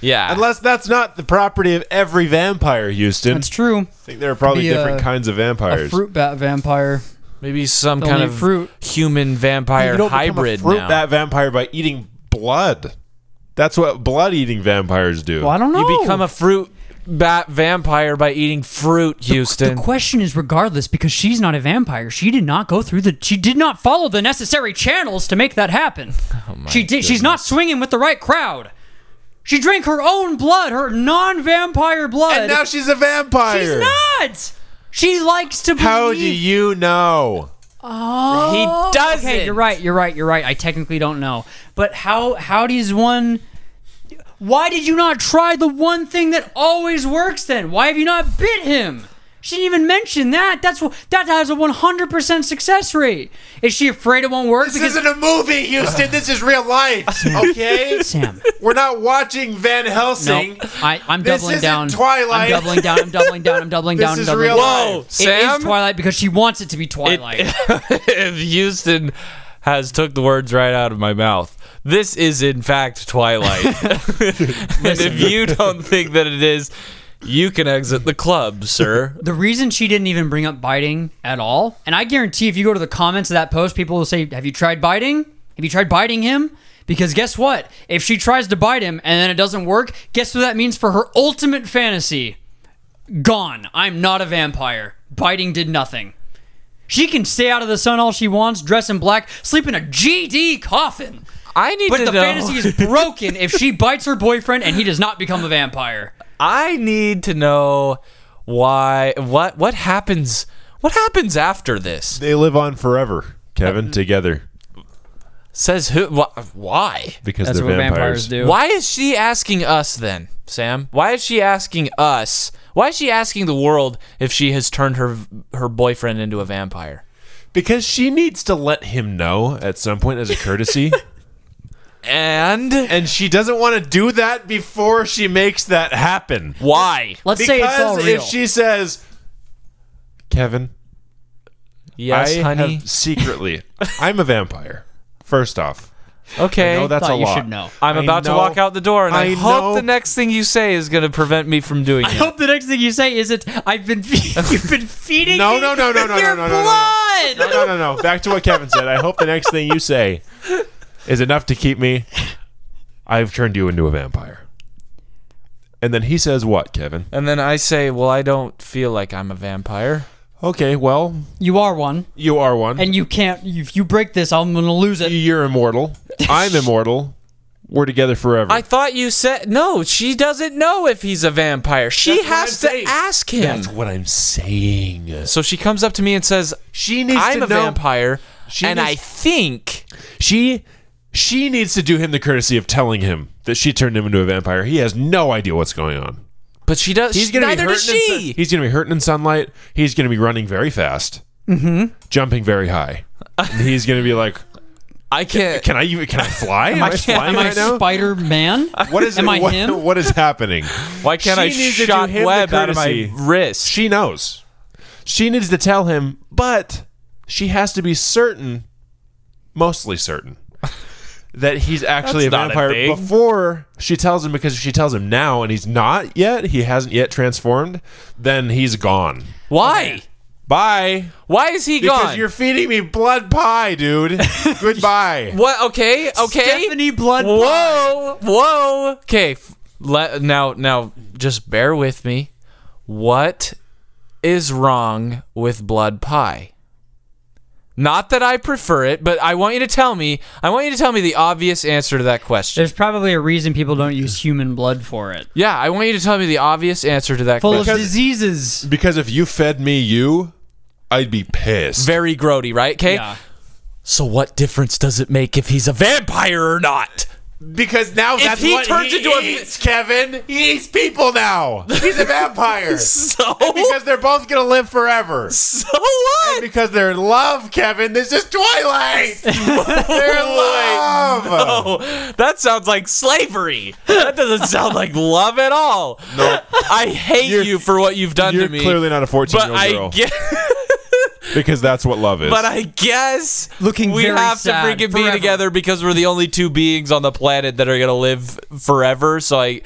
Yeah. Unless that's not the property of every vampire, Houston. That's true. I think there are probably Be a- different kinds of A vampires. fruit bat vampire. Maybe some The kind only of fruit. human vampire you don't hybrid become a fruit now. bat vampire by eating blood. That's what blood-eating vampires do. Well, I don't know. You become a fruit bat vampire by eating fruit, The Houston. question is regardless because she's not a vampire. She did not go through the. She did not follow the necessary channels to make that happen. she did. She's not swinging with the right crowd. She drank her own blood, her non-vampire blood. And now she's a vampire. she's not. She likes to. Believe. How do you know? Oh, He doesn't. Okay, you're right. You're right. You're right. I technically don't know, but how how does one? Why did you not try the one thing that always works? Then why have you not bit him? She didn't even mention that. That's wh- that has a 100% success rate. Is she afraid it won't work? because a movie, Houston. this is real life. Okay, Sam, we're not watching Van no, Helsing. I, I'm This doubling isn't down. Twilight. I'm doubling down. I'm doubling down. I'm doubling This down. is I'm doubling real down. life. Whoa, Sam! It is Twilight because she wants it to be Twilight. if Houston has took the words right out of my mouth. This is in fact Twilight. and if you don't think that it is, you can exit the club, sir. The reason she didn't even bring up biting at all, and I guarantee if you go to the comments of that post, people will say, Have you tried biting? Have you tried biting him? Because guess what? If she tries to bite him and then it doesn't work, guess what that means for her ultimate fantasy? Gone. I'm not a vampire. Biting did nothing. She can stay out of the sun all she wants, dress in black, sleep in a GD coffin. I need But to the know. fantasy is broken if she bites her boyfriend and he does not become a vampire. I need to know why what what happens what happens after this? They live on forever, Kevin, Uh, together Says who wh- why? because That's they're what vampires. vampires do. Why is she asking us then, Sam? Why is she asking us? Why is she asking the world if she has turned her her boyfriend into a vampire? Because she needs to let him know at some point as a courtesy, And and she doesn't want to do that before she makes that happen. why? Let's because say it's all real. if she says, "Kevin, Yes, I honey. have secretly, I'm a vampire." First off, okay. no, that's Thought a you lot. should know. I'm I about know- to walk out the door, and I, I hope know- the next thing you say is going to prevent me from doing I it. hope the next thing you say is it. I've been fe- you've been feeding No, me no, no, no, no, your no, no, no, no, no. blood. No, no, no, no. Back to what Kevin said. I hope the next thing you say is enough to keep me. I've turned you into a vampire. And then he says, What, Kevin? And then I say, "Well, I don't feel like I'm a vampire." Okay, well, You are one, you are one. and you can't. If you break this, I'm gonna lose it. You're immortal. I'm immortal. We're together forever. I thought you said no. She doesn't know if he's a vampire. She That's what has to I'm saying. ask him. That's what I'm saying. so she comes up to me and says, She needs "I'm to a know. vampire," She and needs- I think She She needs to do him the courtesy of telling him that she turned him into a vampire. He has no idea what's going on. But she does. He's gonna neither be does hurting. In sun- she. he's gonna be hurting in sunlight. He's gonna be running very fast, mm-hmm. jumping very high. And he's gonna be like, I can't. "Can I even? Can I fly? Am I, can't- flying Am I right now? Spider Man? What is Am I what- him? what is happening? Why can't She I needs to do shot him the web out of my courtesy. wrist? She knows. She needs to tell him, but she has to be certain, mostly certain, that he's actually That's a not a vampire thing. before she tells him. Because if she tells him now and he's not yet, he hasn't yet transformed, then he's gone. Why? Bye. Why is he Because gone? you're feeding me blood pie, dude. Goodbye. what? Okay. Okay. Stephanie Blood. Whoa. Whoa. Okay. Let, now, now, just bear with me. What is wrong with blood pie? Not that I prefer it, but I want you to tell me. I want you to tell me the obvious answer to that question. There's probably a reason people don't use human blood for it. Yeah, I want you to tell me the obvious answer to that Full question. of diseases. Because if you fed me you, I'd be pissed. Very grody, right? Okay. Yeah. So what difference does it make if he's a vampire or not? Because now that's he what turns he into a- eats, Kevin. He eats people now. He's a vampire. So because they're both gonna live forever. so what? Because they're in love, Kevin. This is Twilight. they're in love. No. Oh, that sounds like slavery. That doesn't sound like love at all. No, I hate You're- you for what you've done You're to me. clearly not a but 14-year-old I girl guess, because that's what love is. but I guess Looking we very have sad to freaking be forever. together because we're the only two beings on the planet that are gonna live forever. So I,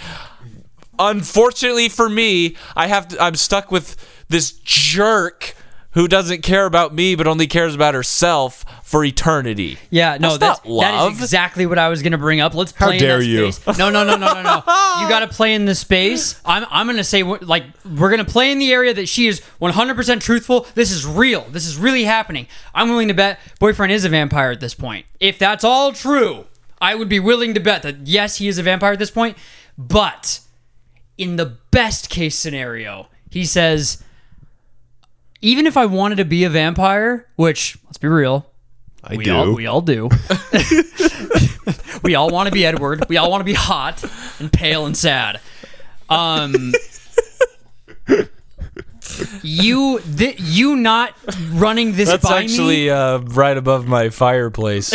unfortunately for me, I have to. I'm stuck with this jerk who doesn't care about me but only cares about herself for eternity. Yeah, no, That's that's, not that love. is exactly what I was gonna bring up. Let's play. in dare that you. Space. No, no, no, no, no, no. you gotta play in the space. I'm, I'm gonna say what- like we're gonna play in the area that she is 100% truthful. This is real. This is really happening. I'm willing to bet boyfriend is a vampire at this point. If that's all true, I would be willing to bet that yes, he is a vampire at this point. But in the best case scenario, he says, even if I wanted to be a vampire, which let's be real, I we all we all do. we all want to be Edward. We all want to be hot and pale and sad. Um you th- you not running this That's by me actually uh, right above my fireplace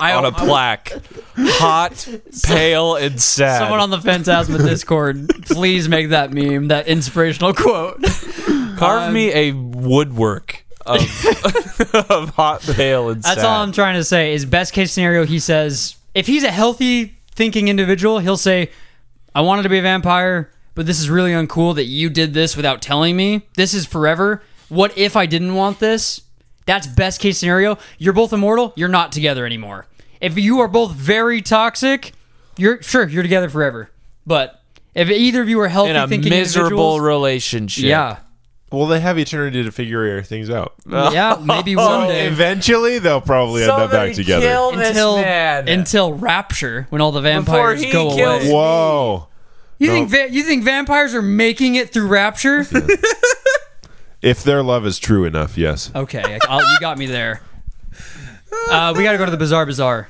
I- on a plaque. Hot, pale, and sad. Someone on the Phantasma Discord, please make that meme, that inspirational quote. Carve me a woodwork of, of hot, pale, and sad. That's all I'm trying to say is best case scenario he says if he's a healthy thinking individual, he'll say I wanted to be a vampire, but this is really uncool that you did this without telling me. This is forever. What if I didn't want this? That's best case scenario. You're both immortal, you're not together anymore. If you are both very toxic, you're sure you're together forever. But if either of you are healthy In a thinking miserable individuals, relationship. yeah. Well, they have eternity to figure things out. Yeah, maybe one day. Eventually, they'll probably end up back together. Until, until rapture, when all the Before vampires he go kills away. Whoa! You think va- you think vampires are making it through Rapture? If their love is true enough, yes. okay, I'll, you got me there. Uh, we got to go to the Bizarre Bazaar.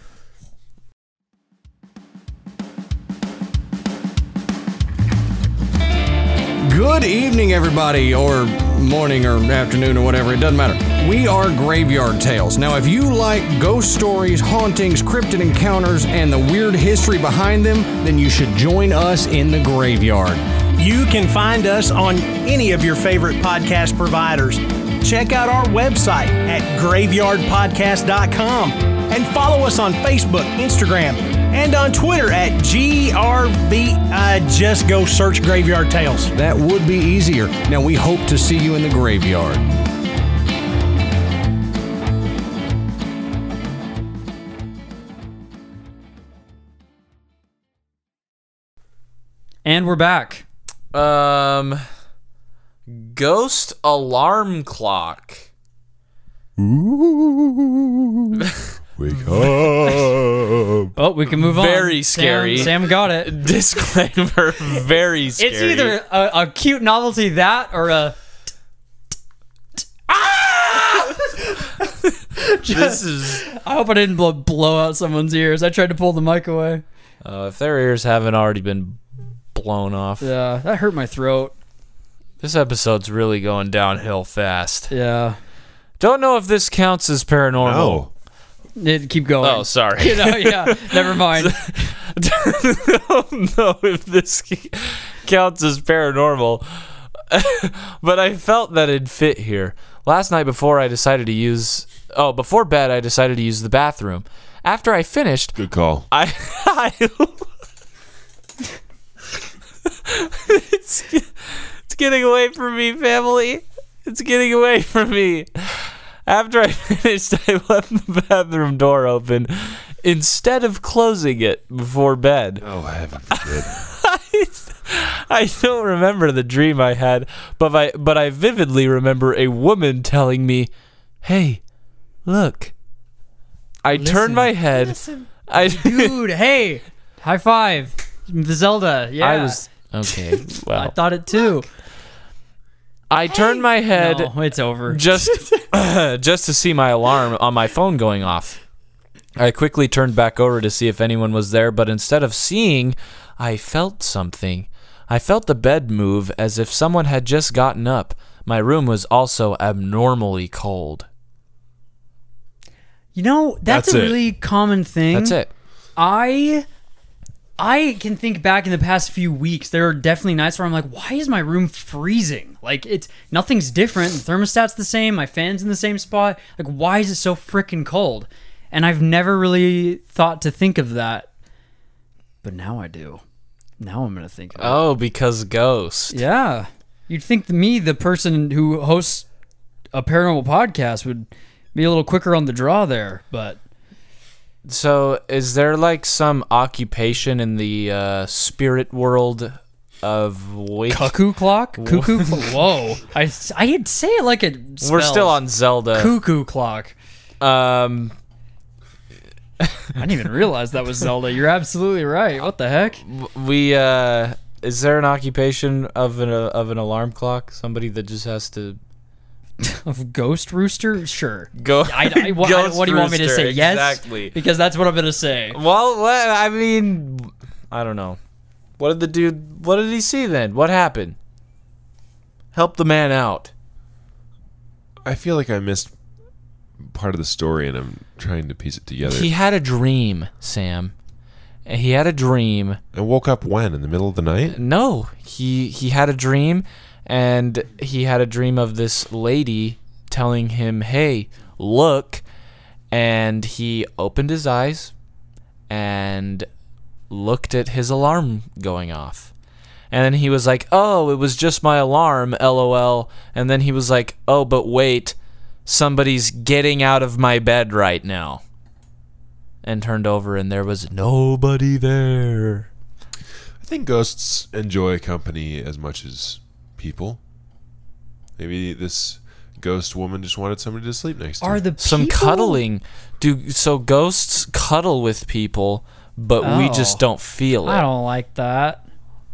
Good evening, everybody, or morning or afternoon or whatever, it doesn't matter. We are Graveyard Tales. Now, if you like ghost stories, hauntings, cryptid encounters, and the weird history behind them, then you should join us in the graveyard. You can find us on any of your favorite podcast providers. Check out our website at graveyardpodcast.com and follow us on Facebook, Instagram, and on Twitter at GRV. Uh, just go search Graveyard Tales. That would be easier. Now, we hope to see you in the graveyard. And we're back. Um, ghost alarm clock. Wake Uh, up. Oh, we can move on. Very Sam- scary. Sam, got it. Disclaimer. Very scary. It's either a, a cute novelty that or a. this is. I hope I didn't blow, blow out someone's ears. I tried to pull the mic away. Uh, if their ears haven't already been blown off, Yeah, Uh, that hurt my throat. this episode's really going downhill fast. Yeah. Don't know if this counts as paranormal. Oh, It, keep going. Oh, sorry. You know, yeah. Never mind. don't know if this counts as paranormal, but I felt that it'd fit here. Last night before I decided to use oh, before bed I decided to use the bathroom. After I finished, good call. I I it's, it's getting away from me, family. It's getting away from me. After I finished, I left the bathroom door open instead of closing it before bed. Oh, heaven forbid. I don't remember the dream I had, but I but I vividly remember a woman telling me, "Hey, look." I turned my head. I Dude, hey. High five. Zelda. Yeah. I was okay. Well, I thought it too. I turned my head No, it's over. just just to see my alarm on my phone going off. I quickly turned back over to see if anyone was there, but instead of seeing, I felt something. I felt the bed move as if someone had just gotten up. My room was also abnormally cold. You know, that's, That's a it. really common thing. That's it. I I can think back in the past few weeks. There are definitely nights where I'm like, why is my room freezing? Like it's nothing's different. The thermostat's the same. My fan's in the same spot. Like why is it so freaking cold? And I've never really thought to think of that, but now I do. Now I'm gonna think. Of it. Oh, because ghost. Yeah, you'd think that me, the person who hosts a paranormal podcast, would be a little quicker on the draw there, but So, is there like some occupation in the uh, spirit world of witch? cuckoo clock, cuckoo. Cl- Whoa, I s- I would say it like it. We're spells. still on Zelda. cuckoo clock. Um, I didn't even realize that was Zelda. You're absolutely right. What the heck? we uh is there an occupation of an uh, of an alarm clock somebody that just has to Of ghost rooster? Sure. go I, I- what, I- what do you want me to say? Yes, exactly Because that's what I'm gonna say. well what, i mean i don't know what did the dude what did he see then what happened help the man out I feel like I missed part of the story, and I'm trying to piece it together. he had a dream sam And he had a dream I woke up when in the middle of the night. no he he had a dream and he had a dream of this lady telling him hey look and he opened his eyes and looked at his alarm going off and then he was like oh it was just my alarm lol and then he was like oh but wait somebody's getting out of my bed right now and turned over and there was nobody there I think ghosts enjoy company as much as people. Maybe this ghost woman just wanted somebody to sleep next to. Are the some people- cuddling. Do so ghosts cuddle with people, but we Oh. just don't feel it. I don't like that.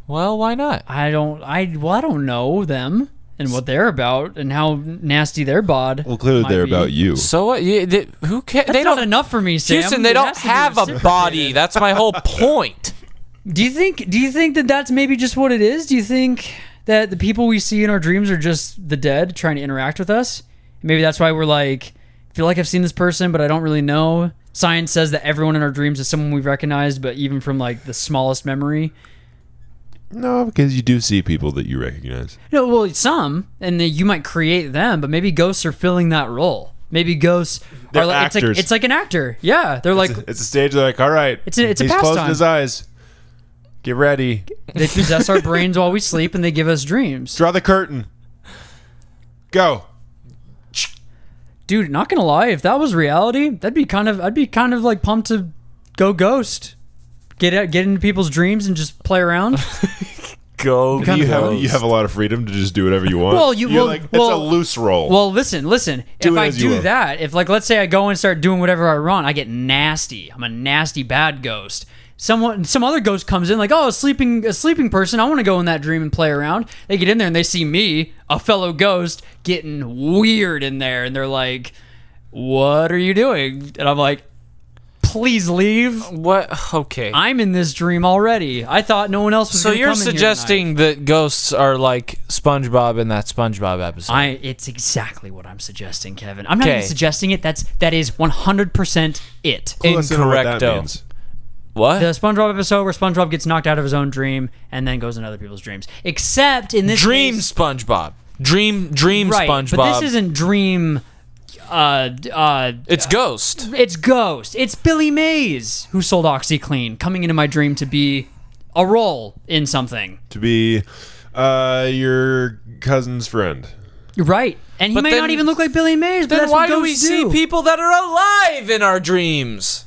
Well, why not? I don't. I well, I don't know them and what they're about and how nasty their bod. Well, clearly might they're be. about you. So what? You, they, who cares? That's They not don't. enough for me, Sam. Houston, they It don't has to be have a reciprocated. body. That's my whole point. Do you think? Do you think that that's maybe just what it is? Do you think that the people we see in our dreams are just the dead trying to interact with us? Maybe that's why we're like, I feel like I've seen this person, but I don't really know. Science says that everyone in our dreams is someone we've recognized, but even from like the smallest memory. no, because you do see people that you recognize. No, well, some, and then you might create them, but maybe ghosts are filling that role. Maybe ghosts are They're like it's actors. like it's like an actor. Yeah, they're like It's a stage. They're like, all right, It's a- it's a he's closing pastime. his eyes. Get ready. they possess our brains while we sleep, and they give us dreams. Draw the curtain. Go. dude not gonna lie if that was reality that'd be kind of i'd be kind of like pumped to go ghost get out get into people's dreams and just play around Go. You have you have a lot of freedom to just do whatever you want. Well, you- You're well- like, it's well- a loose roll. well listen listen Do if it i as you do are. that if like let's say i go and start doing whatever i want i get nasty i'm a nasty bad ghost Someone, some other ghost comes in like, oh, a sleeping, a sleeping person. I want to go in that dream and play around. They get in there and they see me, a fellow ghost, getting weird in there, and they're like, "What are you doing?" And I'm like, "Please leave. What? Okay. I'm in this dream already. I thought no one else was." so gonna you're come in here tonight." suggesting that ghosts are like SpongeBob in that SpongeBob episode? I it's exactly what I'm suggesting, Kevin. I'm not Okay. even suggesting it. That's that is 100% it. Clue us in on what that Incorrecto. means. what? The SpongeBob episode where SpongeBob gets knocked out of his own dream and then goes into other people's dreams. Except in this dream case- SpongeBob. Dream Dream right? SpongeBob. But this isn't dream. Uh, d- uh, it's Ghost. it's Ghost. It's Billy Mays who sold OxyClean, coming into my dream to be a role in something. To be uh, your cousin's friend. You're right, and he But may then- not even look like Billy Mays. But Then that's why what do we ghosts see people that are alive in our dreams?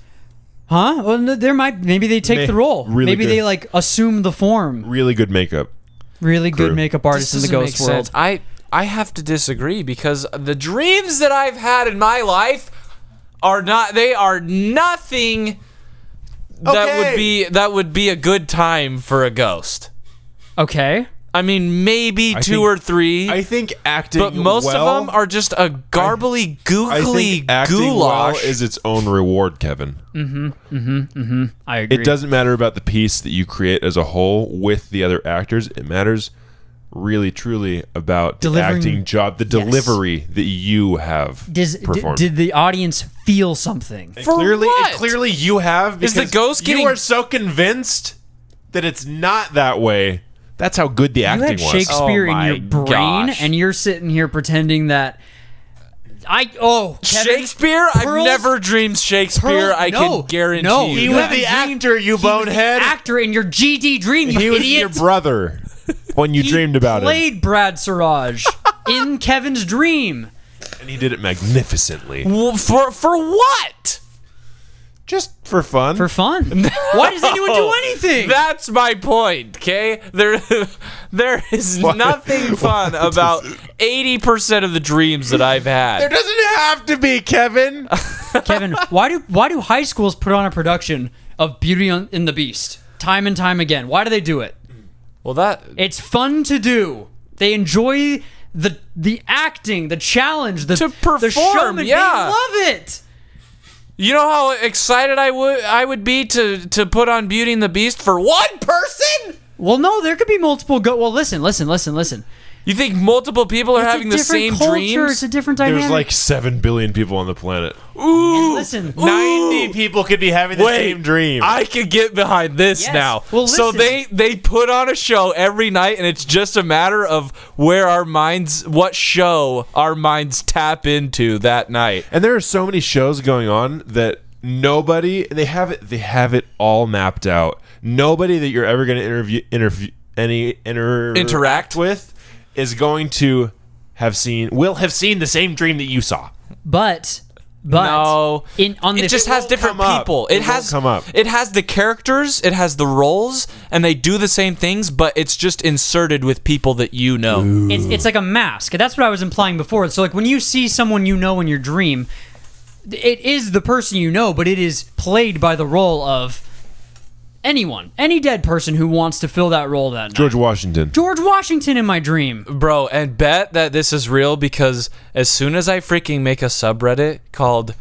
Huh? Well, no, there might maybe they take May- the role. really maybe good. they like assume the form. Really good makeup. Really good True. makeup artist in the doesn't make ghost world. sense. I I have to disagree because the dreams that I've had in my life are not they are nothing that would Okay. be that would be a good time for a ghost. Okay. I mean maybe two think- or three. I think acting. but most well- of them are just a garbly, I googly think acting goulash. well is its own reward, Kevin. I agree. It doesn't matter about the piece that you create as a whole with the other actors. It matters really, truly about the Delivering- acting job, the delivery that you have Does, d- performed. did the audience feel something? And For clearly, and what? clearly you have Is because the ghost you getting- are so convinced that it's not that way. That's how good the You acting had was. Shakespeare Oh in my your brain, gosh. and you're sitting here pretending that I oh Kevin, Shakespeare? I've Pearls- never dreamed Shakespeare. Pearl- I no, can guarantee no, you. He You was have the a dream- actor, you he was the bonehead. actor in your GD dream. You He was idiot. your brother when you He dreamed about it, Played Brad Siraj in Kevin's dream. and he did it magnificently, Well, for for what? just for fun. for fun. Why does anyone do anything? That's my point, okay? There there is nothing fun about 80% of the dreams that I've there had. doesn't have to be Kevin. Kevin, why do why do high schools put on a production of Beauty on- and the Beast time and time again? Why do they do it? Well, that It's fun to do. They enjoy the the acting, the challenge, the To the perform, showman. yeah. They love it. You know how excited I would I would be to to put on Beauty and the Beast for one person? Well, no, there could be multiple go. Well, listen, listen, listen, listen. You think multiple people are It's a having the different same culture. It's dreams? a different There's dynamic. like seven billion people on the planet. Ooh. listen, Ninety people could be having the same dream. I could get behind this Yes. now. Well, so listen. they they put on a show every night, and it's just a matter of where our minds, what show our minds tap into that night. and there are so many shows going on that nobody they have it they have it all mapped out. Nobody that you're ever going to interview interview any inter- Interact. with is going to have seen will have seen the same dream that you saw. but but no, in on it the just has different come up. people. It It, won't has come up. It has the characters. It has the roles, and they do the same things, but it's just inserted with people that you know. It's, it's like a mask. That's what I was implying before. So like when you see someone you know in your dream, it is the person you know, but it is played by the role of anyone, any dead person who wants to fill that role that night. George Washington. George Washington in my dream. Bro, and bet that this is real because as soon as I freaking make a subreddit called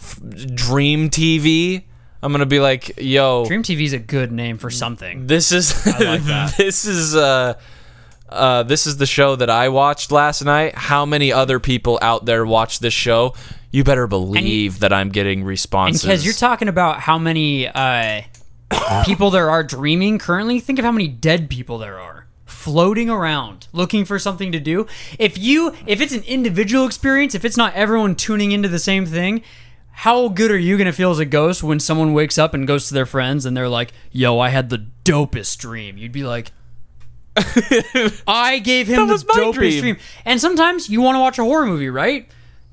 f- Dream TV, I'm gonna be like, yo, Dream TV is a good name for something. this is like that. this is uh, uh, this is the show that I watched last night. How many other people out there watch this show? You better believe that I'm getting And responses. Kez, you're talking about how many uh, people there are dreaming currently. Think of how many dead people there are floating around looking for something to do. If you, if it's an individual experience, if it's not everyone tuning into the same thing, how good are you gonna feel as a ghost when someone wakes up and goes to their friends and they're like, "Yo, I had the dopest dream." You'd be like. I gave him the was my dopest dream." dream. And sometimes you want to watch a horror movie, right?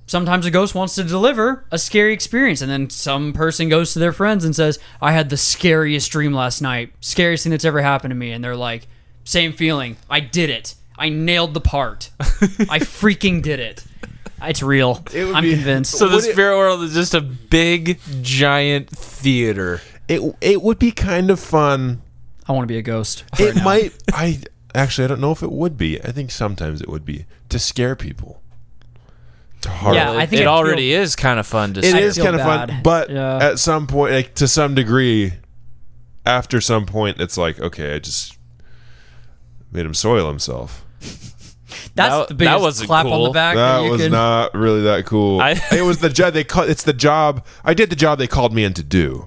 sometimes a ghost wants to deliver a scary experience and then some person goes to their friends and says i had the scariest dream last night scariest thing that's ever happened to me and they're like same feeling i did it i nailed the part i freaking did it it's real i'm convinced so the spirit world is just a big giant theater. It it would be kind of fun i want to be a ghost it might i actually i don't know if it would be i think sometimes it would be to scare people hard. Yeah, I think it I already is kind of fun to It see. is feel kind of fun, bad. but Yeah. at some point, like, to some degree, after some point, it's like, okay, I just made him soil himself. That's That- the that biggest wasn't clap on cool. the back. That you was could, not really that cool. I- it was the job they called. It's the job I did. The job they called me in to do.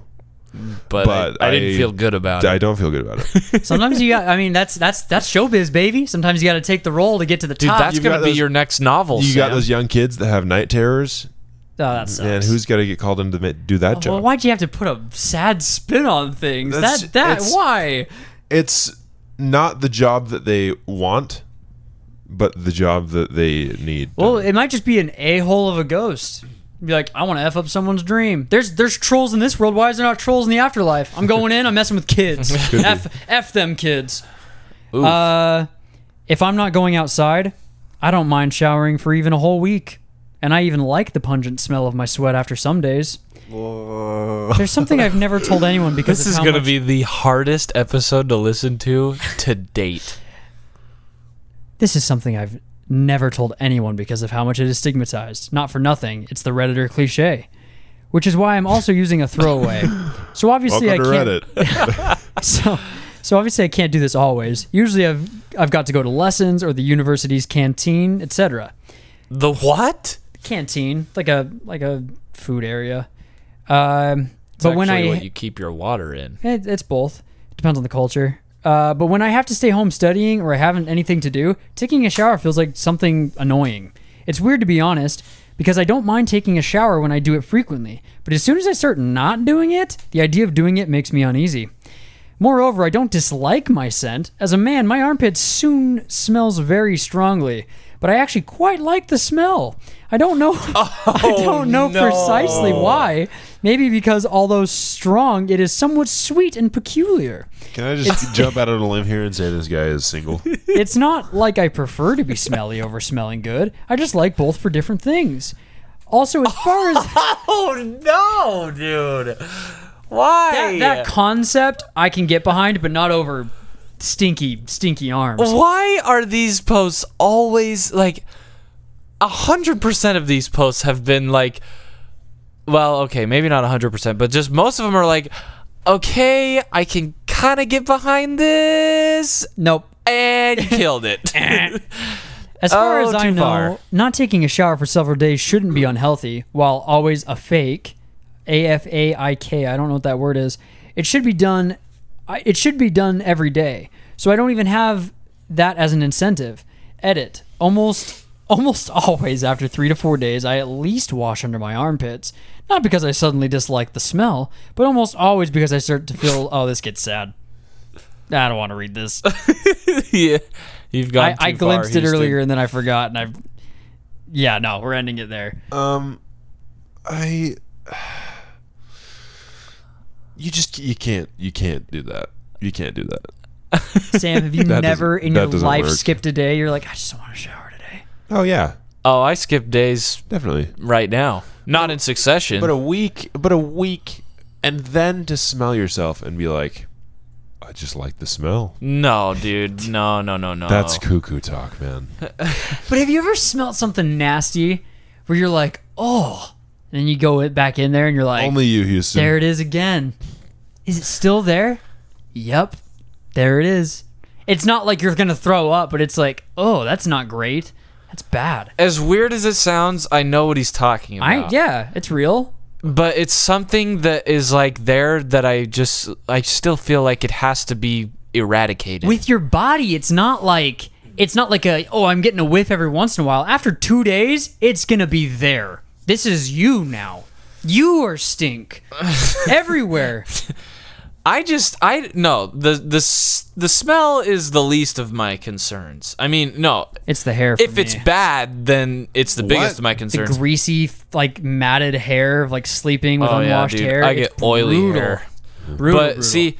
But, But I, I didn't I- feel good about I it. don't feel good about it. Sometimes you got. I mean, that's that's that's showbiz, baby. Sometimes you got to take the role to get to the Dude, top. Oh, that's You've going got to be those- your next novel. You Sam. got those young kids that have night terrors, Oh, that sucks. and who's got to get called in to ma- do that Oh, Well, job? why'd you have to put a sad spin on things? That's- that that it's- why? It's not the job that they want, but the job that they need. Well, it might just be an a hole of a ghost. Be like, I want to f up someone's dream. There's there's trolls in this world. Why is there not trolls in the afterlife? I'm going in. I'm messing with kids. f f them kids. Oof. Uh, if I'm not going outside, I don't mind showering for even a whole week, and I even like the pungent smell of my sweat after some days. There's something I've never told anyone because This of is how going to much- be the hardest episode to listen to to date. This is something I've never told anyone because of how much it is stigmatized. Not for nothing, it's the Redditor cliche, which is why I'm also using a throwaway. so obviously Welcome to I can't. Reddit. So, so obviously I can't do this always. Usually I've I've got to go to lessons or the university's canteen, etc. The what? Canteen, like a like a food area. Um, but It's when I actually what you keep your water in. It, Eh, it's both. Depends on the culture. Uh, but when I have to stay home studying or I haven't anything to do, taking a shower feels like something annoying. It's weird to be honest, because I don't mind taking a shower when I do it frequently. But as soon as I start not doing it, the idea of doing it makes me uneasy. Moreover, I don't dislike my scent. As a man, my armpit soon smells very strongly, but I actually quite like the smell. I don't know. I don't know precisely why. Maybe because although strong, it is somewhat sweet and peculiar. Can I just jump out on a limb here and say this guy is single? It's not like I prefer to be smelly over smelling good. I just like both for different things. Also, as far as Oh no, dude. Why? that, that concept, I can get behind, but not over stinky, stinky arms. Why are these posts always like a hundred percent of these posts have been like well, okay, maybe not a hundred percent, but just most of them are like, okay, I can kinda get behind this Nope. and you killed it. As far Oh, as I too know, far. not taking a shower for several days shouldn't be unhealthy, while always a fake, A F A I K, I don't know what that word is. It should be done I- it should be done every day. So I don't even have that as an incentive. Edit. Almost almost always after 3 to 4 days I at least wash under my armpits, not because I suddenly dislike the smell, but almost always because I start to feel oh this gets sad. I don't want to read this. yeah. You've gone I, I too far, glimpsed it Houston. earlier and then I forgot and I've yeah no we're ending it there Um, I. You just you can't you can't do that. You can't do that. Sam have you That never doesn't- in your that doesn't life work. skipped a day you're like I just don't want to shower today Oh yeah, Oh, I skipped days definitely. right now. Not in succession. But a week, but a week, and then to smell yourself and be like, I just like the smell. no, dude. No, no, no, no. That's cuckoo talk, man. but have you ever smelled something nasty where you're like oh and then you go it- back in there and you're like Only you, Houston. there it is again is it still there yep there it is it's not like you're gonna throw up but it's like oh that's not great that's bad as weird as it sounds, I know what he's talking about. I yeah it's real but it's something that is like there that I just I still feel like it has to be eradicated. with your body it's not like it's not like a oh i'm getting a whiff every once in a while after two days it's gonna be there this is you now you are stink everywhere I just I no the the s- the smell is the least of my concerns. I mean no, it's the hair for if it's me. bad, then it's the biggest of my the concerns. greasy f- like matted hair of like sleeping with Oh, yeah, unwashed dude. hair I get It's oily brutal. hair. Brutal, but brutal. see,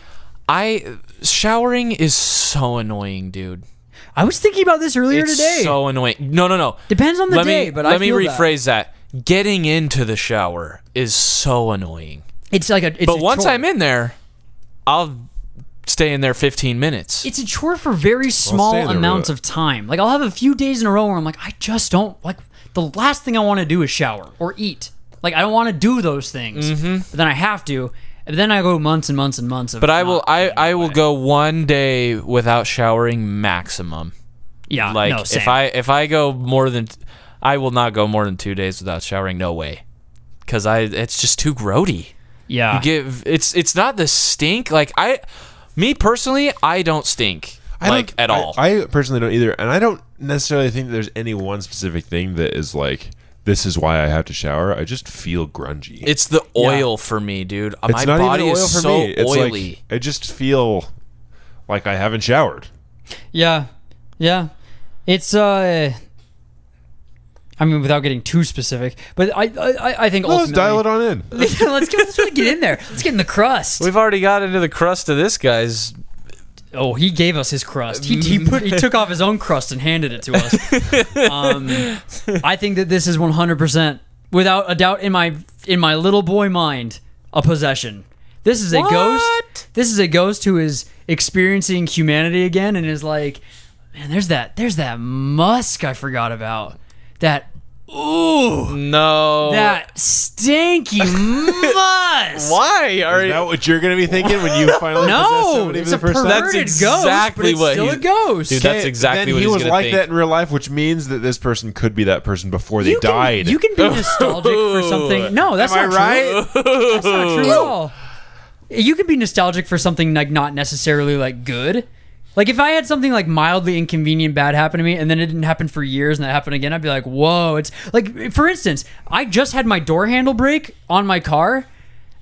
I showering is so annoying, dude. i was thinking about this earlier it's today so annoying. No, no, no. Depends on the let day, me, but I let me feel that. rephrase that. Getting into the shower is so annoying. it's like a it's But a once chore. I'm in there, I'll stay in there 15 minutes. it's a chore for very small stay there, amounts uh, of time. Like I'll have a few days in a row where I'm like, I just don't like. the last thing I want to do is shower or eat. Like I don't want to do those things, but then I have to. And then I go months and months and months of. Mm-hmm. But I not- will I, I will go one day without showering maximum. Yeah. Like Uh, no, if same. I if I go more than I will not go more than 2 days without showering, no way. Cuz I it's just too grody. yeah. Give it's it's not the stink like I me personally, I don't stink I don't- like at I- all. I, personally don't either, and I don't necessarily think that there's any one specific thing that is like this is why I have to shower. I just feel grungy. it's the oil for me, dude. Uh, It's My not body even oil is for so me. It's like- oily. I just feel like I haven't showered. Yeah. Yeah. It's uh I mean without getting too specific, but I I, I- I think Well, let's ultimately dial it on in. let's get let's really get in there. Let's get in the crust. We've already got into the crust of this guy's oh, he gave us his crust. He, he put he took off his own crust and handed it to us. um, I think that this is 100% without a doubt in my in my little boy mind a possession. This is a What? ghost. This is a ghost who is experiencing humanity again and is like, man, there's that there's that musk I forgot about. That ooh, No. that stinky musk. Why are Is you? that what you're going to be thinking when you finally possess No, somebody for it's the a first time? perverted That's ghost, but exactly it's what still he- a ghost. Dude, that's Okay, exactly then what he he's was gonna like think. that in real life, which means that this person could be that person before they you can, died. You can be nostalgic for something. No, that's Am not I true. right? That's not true at all. You can be nostalgic for something like not necessarily like good. Like if I had something like mildly inconvenient bad happen to me and then it didn't happen for years and that happened again, I'd be like, "Whoa, it's like for instance, I just had my door handle break on my car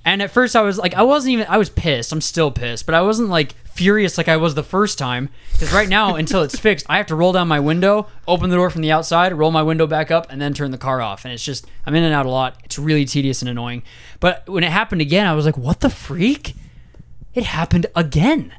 and at first I was like I wasn't even I was pissed. I'm still pissed, but I wasn't like furious like I was the first time cuz right now until it's fixed, I have to roll down my window, open the door from the outside, roll my window back up and then turn the car off. And it's just I'm in and out a lot. It's really tedious and annoying. But when it happened again, I was like, "What the freak?" It happened again.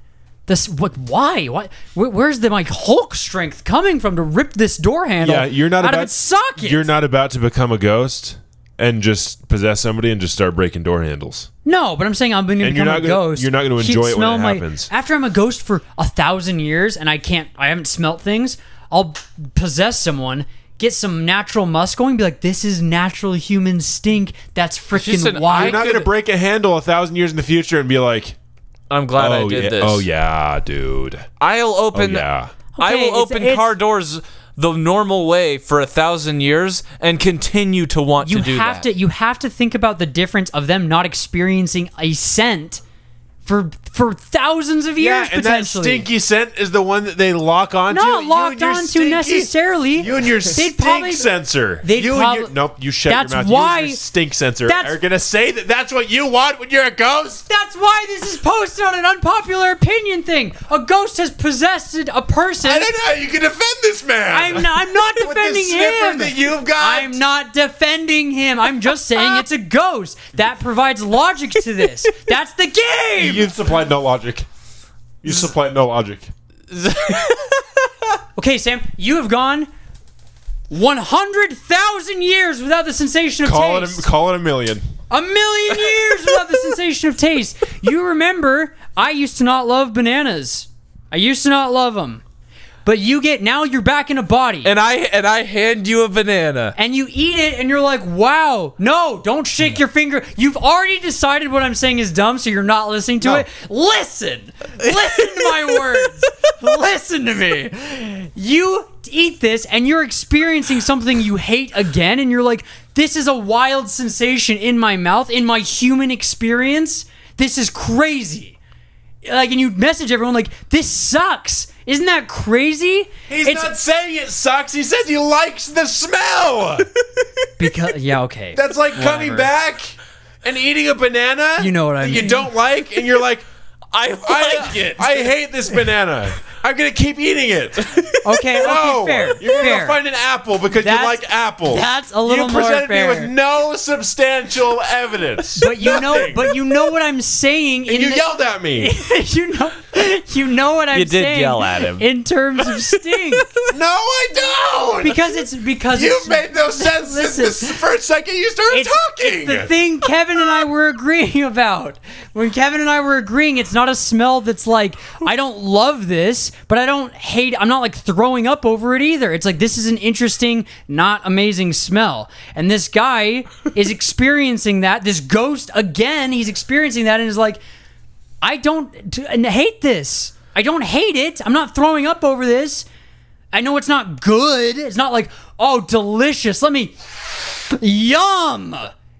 This what? Why? Why? Where, where's the like Hulk strength coming from to rip this door handle? Yeah, you're not out about of its socket. You're not about to become a ghost and just possess somebody and just start breaking door handles. No, but I'm saying I'm going to And become you're a not gonna- ghost. you're not gonna She'd enjoy it when smell it my- happens. After I'm a ghost for a thousand years and I can't, I haven't smelt things. I'll possess someone, get some natural musk going, be like, this is natural human stink. That's Just freaking an You're I not wild. going to could- break a handle a thousand years in the future and be like, I'm glad oh, I did yeah, this. oh yeah, dude. Oh, I'll open. yeah. I Okay, will it's- open it's- car doors the normal way for a thousand years and continue to want You to do have to, that. you have to think about the difference of them not experiencing a scent for for thousands of years Yeah, and that potentially. stinky scent is the one that they lock onto. You not and locked your onto stinky- necessarily. You and your They'd stink probably- sensor. they'd you and your, probably- nope, you shut your That's mouth. why- you and your stink sensor that's- are gonna say that that's what you want when you're a ghost. That's why this is posted on an unpopular opinion thing. A ghost has possessed a person. I don't know. You can defend this man. I'm not, I'm not With the defending sniffer him. that you've got. I'm not defending him. I'm just saying it's a ghost. That provides logic to this. That's the game. You supplied no logic. You supplied no logic. Okay, Sam, you have gone 100,000 years without the sensation of Call it taste. a, call it a million. A million years without the sensation of taste. You remember, I used to not love bananas. I used to not love them. But you get, now you're back in a body. and I and I hand you a banana. and you eat it and you're like, wow, no, don't shake your finger. You've already decided what I'm saying is dumb, so you're not listening to it. Listen. Listen to my words. Listen to me. You eat this and you're experiencing something you hate again, and you're like, this is a wild sensation in my mouth, in my human experience. This is crazy. Like, and you message everyone, like, this sucks. Isn't that crazy? He's not saying it sucks. He says he likes the smell. because, yeah, okay. That's like coming back and eating a banana. You know what I that You mean. don't like, and you're like, I I like it. I hate this banana. I'm gonna keep eating it. Okay, okay, No, fair. you're gonna fair. go find an apple because That's- you like apples. that's a little You more presented fair. me with no substantial evidence. but you know, but you know what I'm saying. In you the- yelled at me. you know, You know what I'm You did saying yell at him. in terms of Sting No, I don't. because it's because You've it's, made no sense since Listen. the first second you started it's, talking. it's the thing Kevin and I were agreeing about. When Kevin and I were agreeing, it's not a smell that's like I don't love this, but I don't hate. I'm not like throwing up over it either. It's like this is an interesting, not amazing smell, and this guy is experiencing that. This ghost again, he's experiencing that, and is like, I don't t- and hate this. I don't hate it. I'm not throwing up over this. I know it's not good. It's not like, oh, delicious. Let me. Yum!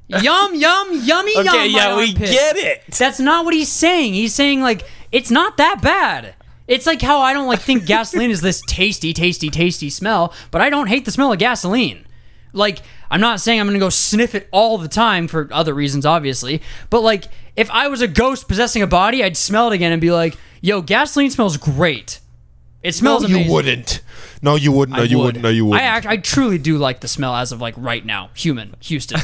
Yum, yum, yummy, yum. Okay, my yeah, we armpit. get it. That's not what he's saying. He's saying, like, it's not that bad. It's like how I don't like think gasoline is this tasty, tasty, tasty smell, but I don't hate the smell of gasoline. Like, I'm not saying I'm gonna go sniff it all the time for other reasons, obviously. But like, if I was a ghost possessing a body, I'd smell it again and be like, "Yo, gasoline smells great. It no, smells you amazing." wouldn't. No, you wouldn't. No, I you would. wouldn't. No, you wouldn't. I act- I truly do like the smell as of like right now. Human, Houston.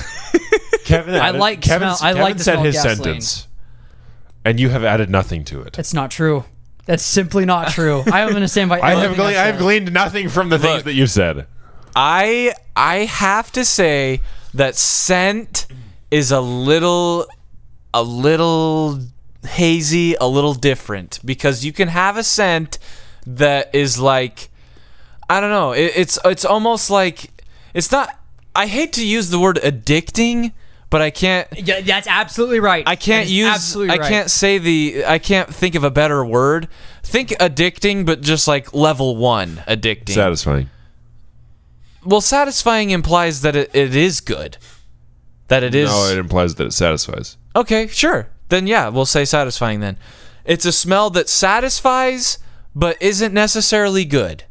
Kevin, I like smell- I like the said smell of his gasoline. sentence, and you have added nothing to it. That's not true. That's simply not true. I am going to stand by. I everything have gleaned, I said. have gleaned nothing from the things Look. that you said. I I have to say that scent is a little a little hazy, a little different because you can have a scent that is like I don't know, it, it's it's almost like it's not I hate to use the word addicting, but I can't Yeah, that's absolutely right. I can't That is use Absolutely I right. can't say the I can't think of a better word. Think addicting but just like level 1 addicting. Satisfying. Well, satisfying implies that it, it is good. That it is. No, it implies that it satisfies. okay, sure. Then yeah, we'll say satisfying then. It's a smell that satisfies but isn't necessarily good.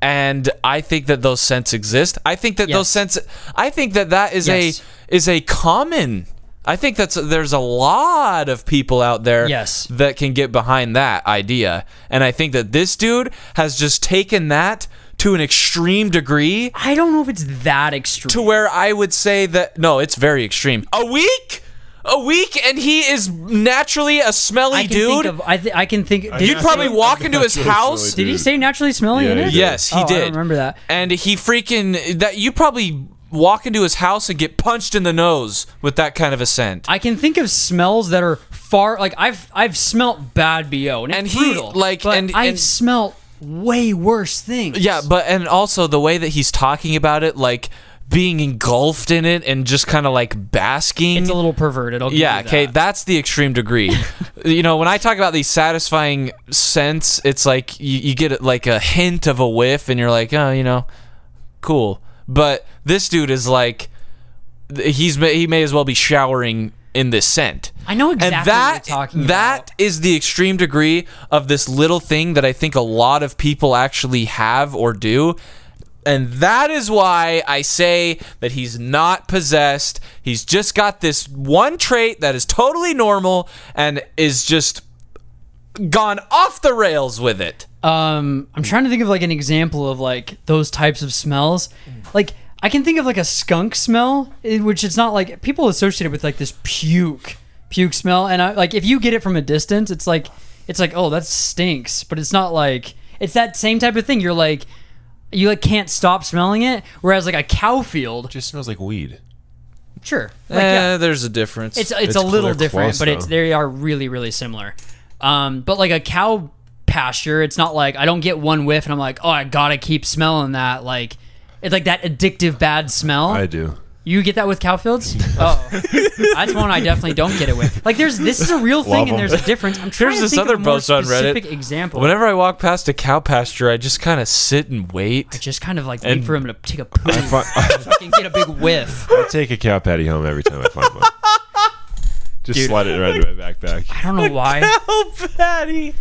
And I think that those scents exist. I think that those Yes. scents I think that that is Yes. a is a common I think that's there's a lot of people out there Yes. that can get behind that idea. And I think that this dude has just taken that to an extreme degree I don't know if it's that extreme. to where I would say that no, it's very extreme. A week, a week, and he is naturally a smelly I can dude. Think of, I, th- I can think. Did, You'd probably walk into his house. did he Dude. say naturally smelling Yeah, in he it? did. Yes, he Oh, I did. don't remember that. And he freaking that you probably walk into his house and get punched in the nose with that kind of a scent. I can think of smells that are far like I've I've smelt bad bo and, it's And he, brutal, like, but and- I've and- smelt way worse things. yeah, but and also the way that he's talking about it, like being engulfed in it and just kind of like basking. it's a little perverted. I'll give Yeah, you that. okay, that's the extreme degree. you know, when I talk about these satisfying scents, it's like you, you get like a hint of a whiff, and you're like, oh, you know, cool. But this dude is like, th- he's ma- he may as well be showering in this scent. I know exactly and what that, you're talking That is the extreme degree of this little thing that I think a lot of people actually have or do. And that is why I say that he's not possessed. He's just got this one trait that is totally normal and is just gone off the rails with it. um i'm trying to think of like an example of like those types of smells like i can think of like a skunk smell in which it's not like people associate it with like this puke puke smell and i like if you get it from a distance it's like it's like oh that stinks but it's not like it's that same type of thing you're like you like can't stop smelling it whereas like a cow field Just smells like weed. sure like, Eh, yeah. There's a difference. It's, it's It's a little clear different, close, but it's though. they are really really similar. Um, but like a cow pasture, it's not like I don't get one whiff and I'm like, oh, I gotta keep smelling that. Like it's like that addictive bad smell. I do. you get that with cow fields? oh, that's one I definitely don't get it with. Like there's this is a real thing Love and 'em. there's a difference. I'm trying Here's to this think other of a more post on Reddit. specific example. Whenever I walk past a cow pasture, I just kind of sit and wait. just kind of like And- wait for him to take a poo, Fi- I fucking get a big whiff. take a cow patty home every time I find one. Just slide it right into my backpack. I don't know why. Oh, Patty.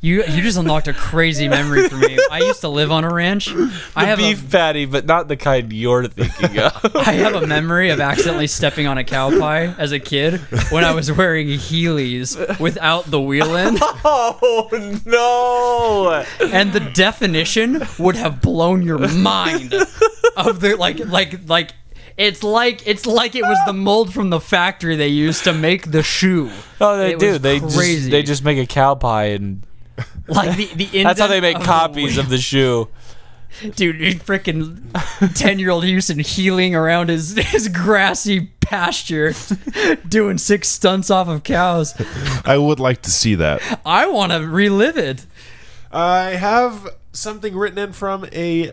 You you just unlocked a crazy memory for me. I used to live on a ranch. I have a Beef patty, but not the kind you're thinking of. I have a memory of accidentally stepping on a cow pie as a kid when I was wearing Heelys without the wheel end, oh, no. and the definition would have blown your mind of the like like like it's like it's like it was the mold from the factory they used to make the shoe. Oh, they It was do. They just crazy. they just make a cow pie and Like the the That's how indent they make of the copies of the shoe. dude, freaking ten year old Houston healing around his his grassy pasture, doing six stunts off of cows. I would like to see that. I want to relive it. I have something written in from a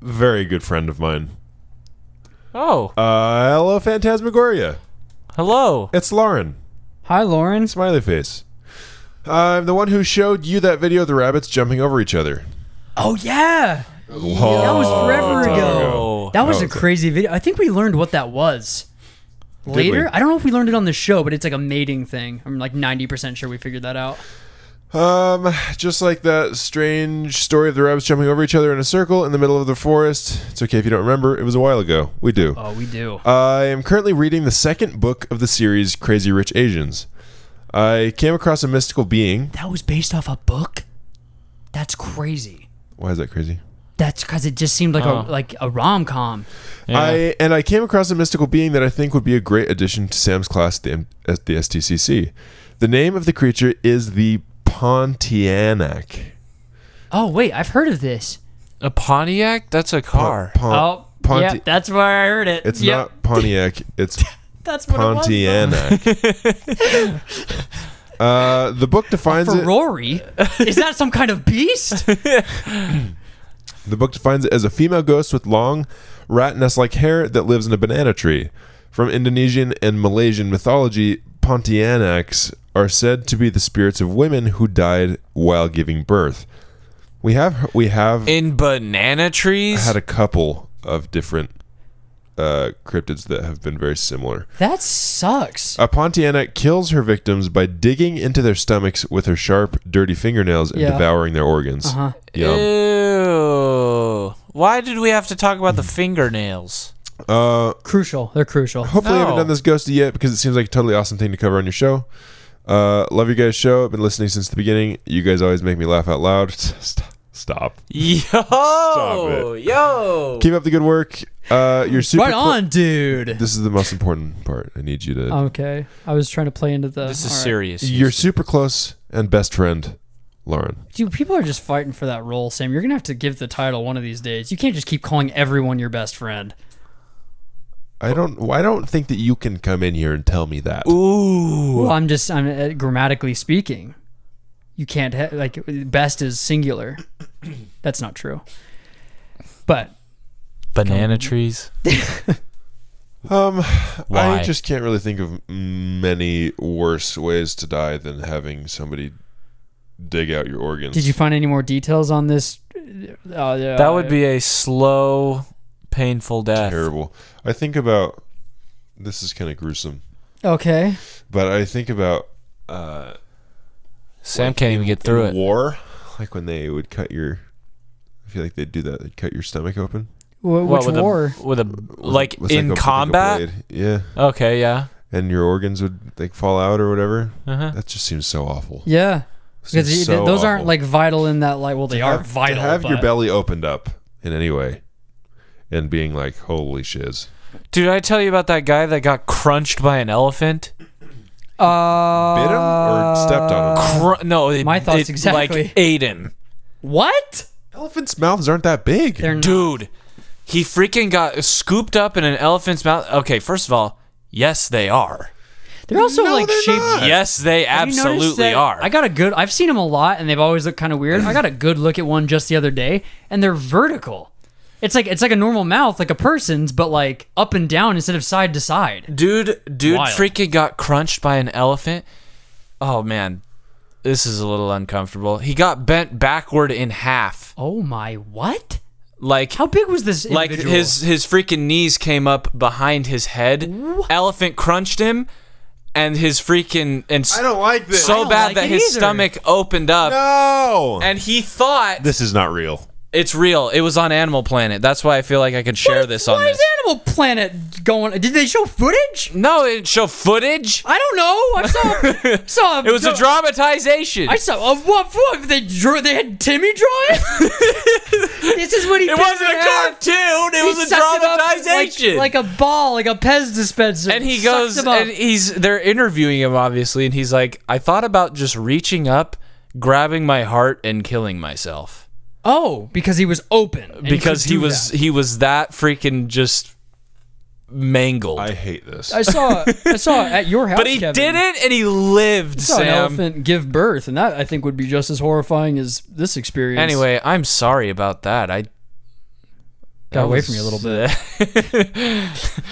very good friend of mine. Oh, Uh, hello, Phantasmagoria. hello. It's Lauren. Hi, Lauren. Smiley face. I'm the one who showed you that video of the rabbits jumping over each other. Oh yeah, that was forever ago. Oh, That was Oh, a okay. crazy video. I think we learned what that was. Later, we? I don't know if we learned it on the show, but it's like a mating thing. I'm like 90% sure we figured that out. Um, just like that strange story of the rabbits jumping over each other in a circle in the middle of the forest. It's okay if you don't remember. It was a while ago. We do. Oh, we do. I am currently reading the second book of the series, Crazy Rich Asians. I came across a mystical being. that was based off a book. That's crazy. Why is that crazy? That's because it just seemed like a like a rom com. I and I came across a mystical being that I think would be a great addition to Sam's class at the, M- at the STCC. The name of the creature is the Pontianak. Oh wait, I've heard of this. a Pontiac? That's a car. Pon- Oh, Ponti- yeah, that's where I heard it. it's Yep, not Pontiac. It's that's what Pontianak. uh, the book it defines was. it. Ferrari? Is that some kind of beast? The book defines it as a female ghost with long, rat nest like hair that lives in a banana tree. From Indonesian and Malaysian mythology, Pontianaks are said to be the spirits of women who died while giving birth. We have we have In banana trees? had a couple of different uh, cryptids that have been very similar. that sucks. A Pontianak kills her victims by digging into their stomachs with her sharp, dirty fingernails and Yeah. devouring their organs. Uh-huh. Yum. Ew. Why did we have to talk about the Hmm. fingernails? Uh, Crucial. They're crucial. Hopefully, I haven't No. done this ghosty yet because it seems like a totally awesome thing to cover on your show. Uh, love your guys' show. I've been listening since the beginning. You guys always make me laugh out loud. Stop. Stop. Yo. it. Yo. Keep up the good work. Uh, you're super. Right cool- on, dude. This is the most important part. I need you to. Okay, I was trying to play into the. This is all right. serious. you're super close and best friend, Lauren. Dude, people are just fighting for that role, Sam. You're gonna have to give the title one of these days. You can't just keep calling everyone your best friend. I don't. I don't think that you can come in here and tell me that. Well, I'm just, I'm uh, grammatically speaking. You can't ha- like best is singular. That's not true. But Banana trees? Um, Why? I just can't really think of many worse ways to die than having somebody dig out your organs. did you find any more details on this? Uh, That would be a slow, painful death. terrible. I think about this is kind of gruesome, okay. but I think about Sam can't even get through in it. war, like when they would cut your. I feel like they'd do that. They'd cut your stomach open. Wh- What, which with war? A, with a like With, in a- with, like, a combat. blade. yeah, okay, yeah. and your organs would like fall out or whatever. Uh-huh. That just seems so awful. yeah, because Seems you- so those aren't awful. like vital in that light. Well, they To are have- vital. To have your but- belly opened up in any way, and being like, "Holy shiz!" Dude, I tell you about that guy that got crunched by an elephant? Uh, Bit him or Uh, stepped on him. Cr- no, it, My thoughts it, exactly. Like ate him, what? Elephants' mouths aren't that big. They're not. dude. He freaking got scooped up in an elephant's mouth. Okay, first of all, yes they are. They're also No, like they're shaped. not. Yes, they Have you noticed absolutely that- are. I got a good. I've seen them a lot, and they've always looked kind of weird. I got a good look at one just the other day, and they're vertical. It's like it's like a normal mouth, like a person's, but like up and down instead of side to side. dude, dude, Wild. freaking got crunched by an elephant. Oh man, this is a little uncomfortable. He got bent backward in half, Oh my! What? like How big was this? like individual? his his freaking knees came up behind his head. Elephant crunched him, and his freaking and s- I don't like this. so don't bad like that it his either. stomach opened up. no. And he thought this is not real. it's real. It was on Animal Planet. That's why I feel like I could share this on Why this. is Animal Planet going? Did they show footage? no, it didn't show footage. I don't know. I saw saw. It was a dramatization. I saw. Uh, what, what? They drew. They had Timmy draw it. this is what he. it did wasn't a in half. cartoon. It He was a sucked it up dramatization. like, like a ball, like a Pez dispenser. and he Sucked goes him up. and he's they're interviewing him obviously and he's like I thought about just reaching up grabbing my heart and killing myself Oh, because he was open. and because could he do was that. he was that freaking just mangled. I hate this. I saw. I saw it at your house. but he Kevin. did it and he lived, I saw an Sam. elephant give birth, and that I think would be just as horrifying as this experience. Anyway, I'm sorry about that. I got away from you a little bit.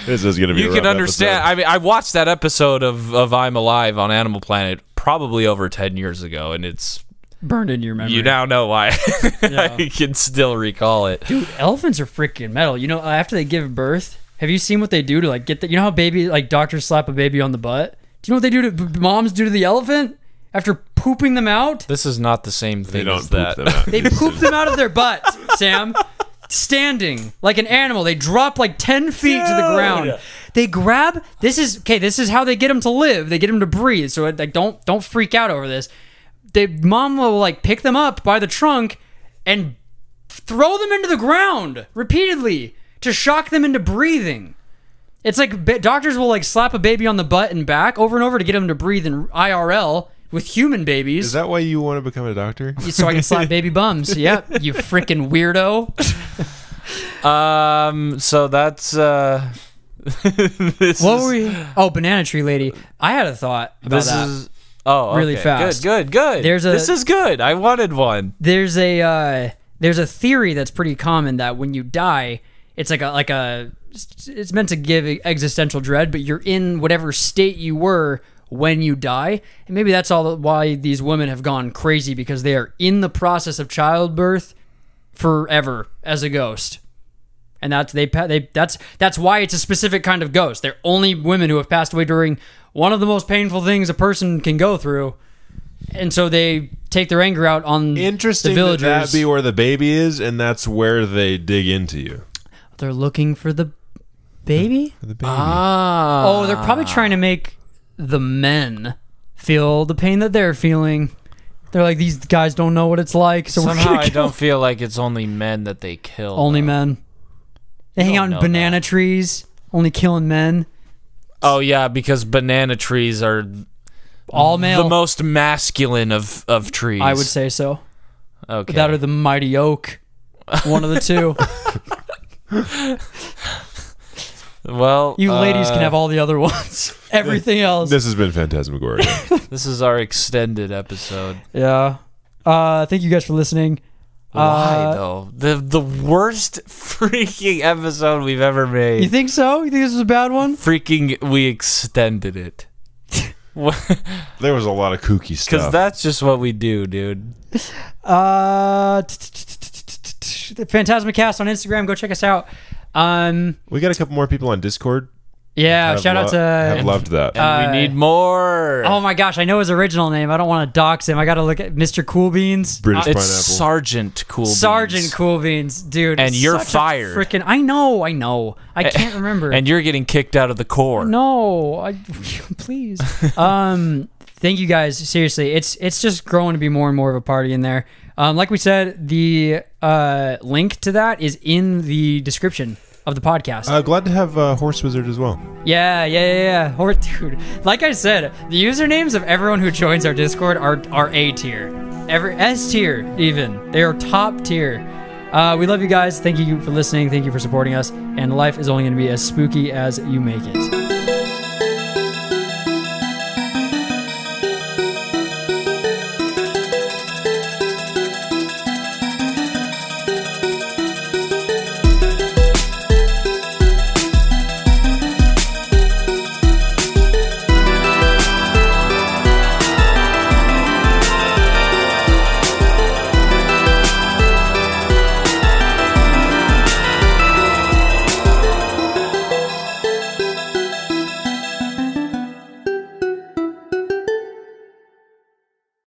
this is going to be. a you rough can understand. episode. I mean, I watched that episode of of I'm Alive on Animal Planet probably over ten years ago, and it's Burned into your memory. you now know why. I can still recall it. Dude, elephants are freaking metal. You know, after they give birth, have you seen what they do to like get the? You know how baby like doctors slap a baby on the butt. Do you know what they do to b- moms do to the elephant after pooping them out? This is not the same They thing don't as poop that. them out. They poop them out of their butt, Sam. Standing like an animal, they drop like ten feet to the ground. They grab. This is okay. This is how they get them to live. They get them to breathe. So like, don't don't freak out over this. They mom will like pick them up by the trunk and throw them into the ground repeatedly to shock them into breathing. It's like ba- doctors will like slap a baby on the butt and back over and over to get them to breathe in IRL with human babies Is that why you want to become a doctor? so I can slap baby bums. Yep, you freaking weirdo. Um, so that's uh, this What is- were we? Oh, banana tree lady. I had a thought about This that. is oh Really okay. fast. Good, good, good. There's a- this is good. I wanted one. There's a uh, there's a theory that's pretty common that when you die, it's like a like a it's meant to give e-, existential dread, but you're in whatever state you were when you die, and maybe that's all why these women have gone crazy because they are in the process of childbirth forever as a ghost. and that's they pa- they that's that's why it's a specific kind of ghost. They're only women who have passed away during one of the most painful things a person can go through, and so they take their anger out on Interesting. the That, villagers. that be where the baby is, and that's where they dig into you. they're looking for the baby. The baby. Ah, Oh, they're probably trying to make the men feel the pain that they're feeling. They're like these guys don't know what it's like, so we're somehow gonna I kill don't feel like it's only men that they kill. only though. men. They hang don't out in know banana trees, only killing men. Oh yeah, because banana trees are All male. the most masculine of of trees. I would say so. Okay. That or the mighty oak. One of the two. well, You uh, ladies can have all the other ones. Everything else. This has been Phantasmagoria. This is our extended episode. yeah. Uh, thank you guys for listening. Uh, Why though? The the worst freaking episode we've ever made. You think so? You think this was a bad one? freaking we extended it. Because there was a lot of kooky stuff. that's just what we do, dude. Uh, t- t- t- t- t- t- t- the Phantasmacast on Instagram. Go check us out. Um, we got a couple more people on Discord. yeah. Have Shout out lo- have to. loved that. And uh, we need more. Uh, Oh my gosh, I know his original name. I don't want to dox him. I got to look at Mr. Cool Beans. British it's pineapple. Sergeant Cool. Beans. Sergeant Cool Beans, dude. And you're such a fired. Freaking, I know, I know. I can't remember. And you're getting kicked out of the corps. No, I, please. um, thank you guys. Seriously, it's it's just growing to be more and more of a party in there. Um, like we said, the uh, link to that is in the description of the podcast. Uh, glad to have uh, Horse Wizard as well. yeah, yeah, yeah, yeah. Or, dude, like I said, the usernames of everyone who joins our Discord are are A tier, every S tier even. They are top tier. Uh, we love you guys. Thank you for listening. Thank you for supporting us. And life is only going to be as spooky as you make it.